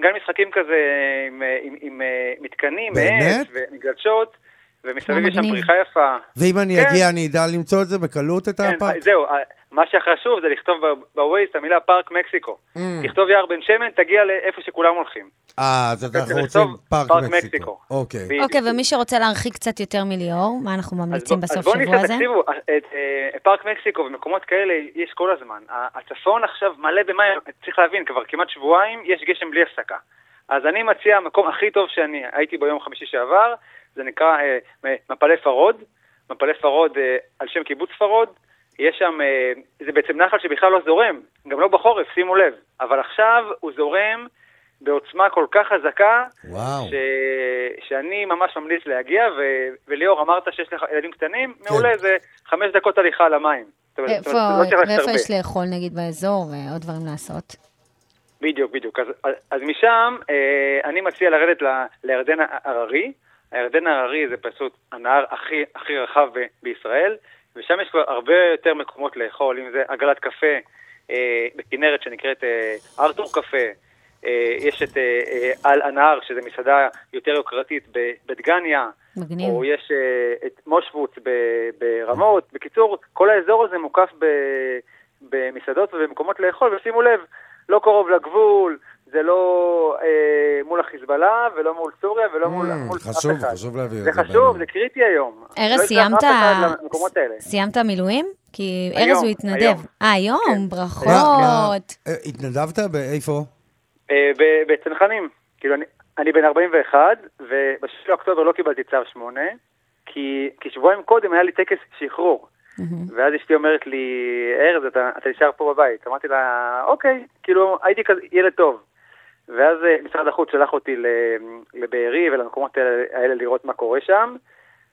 Speaker 6: גן משחקים כזה עם, אה, עם, עם אה, מתקנים,
Speaker 4: באמת?
Speaker 6: עץ ומגלשות, ומסביב יש שם
Speaker 10: מגניב.
Speaker 6: פריחה יפה.
Speaker 4: ואם אני
Speaker 6: כן.
Speaker 4: אגיע, אני אדע למצוא את זה בקלות, את
Speaker 6: כן,
Speaker 4: הפארק?
Speaker 6: זהו, אה, מה שחשוב זה לכתוב ב- בווייז את המילה פארק מקסיקו.
Speaker 4: Mm.
Speaker 6: תכתוב יער בן שמן, תגיע לאיפה שכולם הולכים.
Speaker 4: אה, אז אנחנו
Speaker 6: לכתוב
Speaker 4: רוצים פארק
Speaker 6: פארק
Speaker 4: מקסיקו.
Speaker 6: מקסיקו.
Speaker 4: אוקיי.
Speaker 6: בדיוק.
Speaker 10: אוקיי, ומי שרוצה להרחיק קצת יותר מליאור, מה אנחנו ממליצים
Speaker 6: אז בוא-
Speaker 10: בסוף
Speaker 6: אז בואו
Speaker 10: שבוע
Speaker 6: נעשה,
Speaker 10: הזה?
Speaker 6: תקשיבו, אה, את אה, פארק מקסיקו ומקומות כאלה יש כל הזמן. ה- הצפון עכשיו מלא במים, צריך להבין, כבר כמעט שבועיים יש גשם בלי הפסקה. אז אני מציע, המקום הכי טוב שאני הייתי בו יום חמישי שעבר, זה נקרא אה, מ- מפלי פרוד. מפלי פרוד אה, על שם קיבוץ פרוד. יש שם, אה, זה בעצם נחל שבכלל לא זורם, גם לא בחורף, שימו לב. אבל עכשיו הוא זורם בעוצמה כל כך חזקה,
Speaker 4: וואו.
Speaker 6: ש... שאני ממש ממליץ להגיע, ו... וליאור, אמרת שיש לך ילדים קטנים, כן. מעולה, זה חמש דקות הליכה על המים. זאת אומרת, זאת אומרת,
Speaker 10: איפה
Speaker 6: לא צריך ללכת
Speaker 10: ואיפה
Speaker 6: הרבה.
Speaker 10: יש לאכול נגיד באזור ועוד דברים לעשות?
Speaker 6: בדיוק, בדיוק. אז, אז- אז משם אה, אני מציע לרדת ל, לירדן ההררי. הירדן ההררי זה פשוט הנהר הכי, הכי רחב ב, בישראל, ושם יש כבר הרבה יותר מקומות לאכול, אם זה עגלת קפה אה, בכנרת שנקראת אה, ארתור קפה. אה, יש את אה, אה, על הנהר, שזה מסעדה יותר יוקרתית ב- בדגניה.
Speaker 10: מגניב.
Speaker 6: או יש אה, את מושבוץ ב- ברמות. בקיצור, כל האזור הזה מוקף ב- במסעדות ובמקומות לאכול, ושימו לב, לא קרוב לגבול, זה לא אה, מול החיזבאללה, ולא מול סוריה, ולא מול,
Speaker 4: Mm,
Speaker 6: מול אף אחד.
Speaker 4: חשוב, חשוב להבהיר את זה
Speaker 6: זה חשוב,
Speaker 4: בעניין.
Speaker 6: זה קריטי היום.
Speaker 10: ארז,
Speaker 6: לא אשלח אף
Speaker 10: סיימת-
Speaker 6: אחד למקומות האלה.
Speaker 10: סיימת מילואים? כי
Speaker 6: היום,
Speaker 10: ארז הוא התנדב.
Speaker 6: היום.
Speaker 10: אה, היום?
Speaker 6: כן.
Speaker 4: מה- מה-
Speaker 10: ברכות.
Speaker 4: אה, התנדבת? באיפה?
Speaker 6: אה, ב- בצנחנים, כאילו אני, אני בן 41, ובשביל אוקטובר לא קיבלתי צו 8, כי, כי שבועיים קודם היה לי טקס שחרור. ואז אשתי אומרת לי, ארז, אתה, אתה נשאר פה בבית. אמרתי לה, אוקיי, כאילו הייתי כזה ילד טוב. ואז אה, משרד החוץ שלח אותי ל- לבארי ולמקומות האלה- האלה לראות מה קורה שם.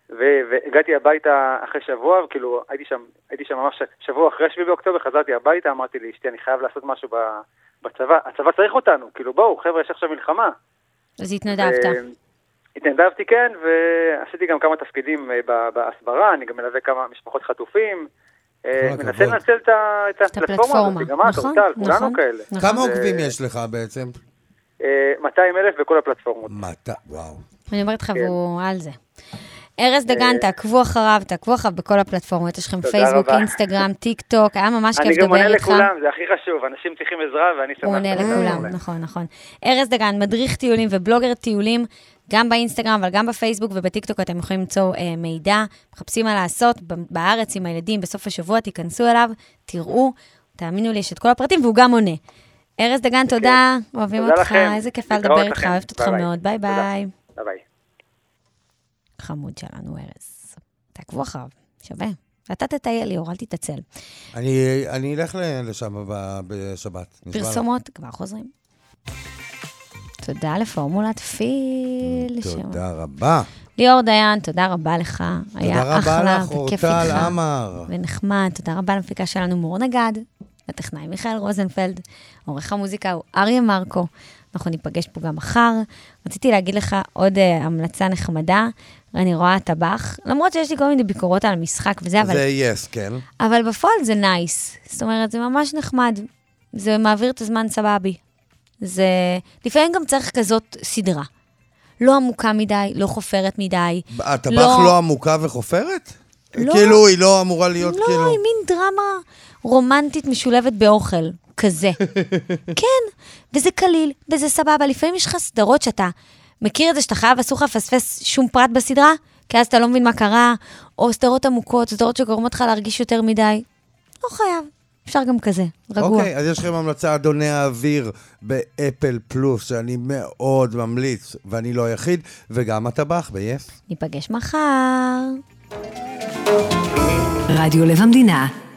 Speaker 6: ו- והגעתי הביתה אחרי שבוע, וכאילו הייתי שם, הייתי שם ממש שבוע אחרי 7 באוקטובר, חזרתי הביתה, אמרתי לאשתי, אני חייב לעשות משהו ב- בצבא, הצבא צריך אותנו, כאילו בואו, חבר'ה, יש עכשיו מלחמה. כן.
Speaker 10: אז התנדבת.
Speaker 6: ו- התנדבתי, כן, ועשיתי גם כמה תפקידים אה, ב- בהסברה, אני גם מלווה כמה משפחות חטופים. אה,
Speaker 4: כל
Speaker 6: מנסה
Speaker 4: הכבוד.
Speaker 6: לנצל את ה- את
Speaker 10: את
Speaker 6: הפלטפורמה
Speaker 10: הפלטפורמה.
Speaker 6: הזאת, גם את,
Speaker 10: נכון,
Speaker 6: אורטל,
Speaker 10: נכון.
Speaker 6: כולנו כאלה.
Speaker 10: נכון.
Speaker 4: כמה עוקבים יש לך בעצם?
Speaker 6: 200 אלף בכל הפלטפורמות.
Speaker 4: מתי? וואו.
Speaker 6: כן.
Speaker 10: אני אומרת לך, והוא על זה.
Speaker 3: ארז
Speaker 6: אה.
Speaker 3: דגן, תעקבו אחריו, תעקבו אחריו בכל הפלטפורמות. יש לכם
Speaker 11: תודה
Speaker 3: פייסבוק,
Speaker 11: רבה.
Speaker 3: אינסטגרם, טיק טוק, היה ממש
Speaker 11: אני
Speaker 3: כיף
Speaker 11: גם עונה
Speaker 3: לדבר איתך.
Speaker 11: לכולם, זה הכי חשוב, אנשים צריכים עזרה ואני שמח.
Speaker 3: הוא
Speaker 6: אה,
Speaker 3: עונה
Speaker 11: שאני עוזר
Speaker 3: לכולם,
Speaker 11: להם.
Speaker 3: נכון, נכון. ארז דגן, מדריך טיולים ובלוגר טיולים, גם באינסטגרם, אבל גם בפייסבוק ובטיקטוק אתם יכולים למצוא אה, מידע, מחפשים מה לעשות ב- בארץ עם הילדים, בסוף השבוע תיכנסו אליו, תראו, תאמינו לי, יש את כל הפרטים, והוא גם עונה. ארז דגן, תודה, אוהבים
Speaker 11: אוקיי. תודה
Speaker 3: אותך,
Speaker 11: לכם.
Speaker 3: איזה כיף היה
Speaker 11: להתראות
Speaker 3: לדבר איתך,
Speaker 11: לכם.
Speaker 3: אוהבת אותך
Speaker 11: ביי ביי.
Speaker 3: מאוד, ביי
Speaker 11: תודה.
Speaker 3: ביי.
Speaker 11: ביי ביי.
Speaker 3: חמוד שלנו, ארז. תעקבו אחריו, שווה. אתה תטייל ליאור, אל תתעצל.
Speaker 4: אני, אני אלך ל- לשם ב- בשבת. נשבע לך.
Speaker 3: פרסומות, כבר חוזרים. תודה לפורמולת פיל. שם.
Speaker 4: תודה רבה.
Speaker 3: ליאור דיין, תודה רבה לך. היה
Speaker 4: רבה
Speaker 3: אחלה,
Speaker 4: לך,
Speaker 3: וכיף
Speaker 4: אורטל
Speaker 3: איתך.
Speaker 4: עמר.
Speaker 3: ונחמד. תודה רבה למפיקה שלנו מור נגד, לטכנאי מיכאל רוזנפלד, עורך המוזיקה הוא אריה מרקו. אנחנו ניפגש פה גם מחר. רציתי להגיד לך עוד uh, המלצה נחמדה, אני רואה טבח, למרות שיש לי כל מיני ביקורות על המשחק וזה, אבל...
Speaker 4: זה יס, כן.
Speaker 3: אבל בפועל זה נייס. זאת אומרת, זה ממש נחמד. זה מעביר את הזמן סבבי. זה... לפעמים גם צריך כזאת סדרה. לא עמוקה מדי, לא חופרת מדי.
Speaker 4: הטבח לא עמוקה וחופרת?
Speaker 3: לא.
Speaker 4: כאילו, היא לא אמורה להיות
Speaker 3: לא,
Speaker 4: כאילו...
Speaker 3: היא מין דרמה רומנטית משולבת באוכל,
Speaker 4: <laughs>
Speaker 3: כזה. כן, וזה קליל, וזה סבבה. לפעמים יש לך סדרות שאתה מכיר את זה שאתה חייב, אסור לך לפספס שום פרט בסדרה, כי אז אתה לא מבין מה קרה, או סדרות עמוקות, סדרות שגורמות לך להרגיש יותר מדי. לא חייב, אפשר גם כזה, רגוע.
Speaker 4: אוקיי, אז יש לכם המלצה, אדוני האוויר, באפל פלוס, שאני מאוד ממליץ, ואני לא היחיד, וגם הטבח ביס.
Speaker 3: ניפגש מחר.
Speaker 12: רדיו לב המדינה,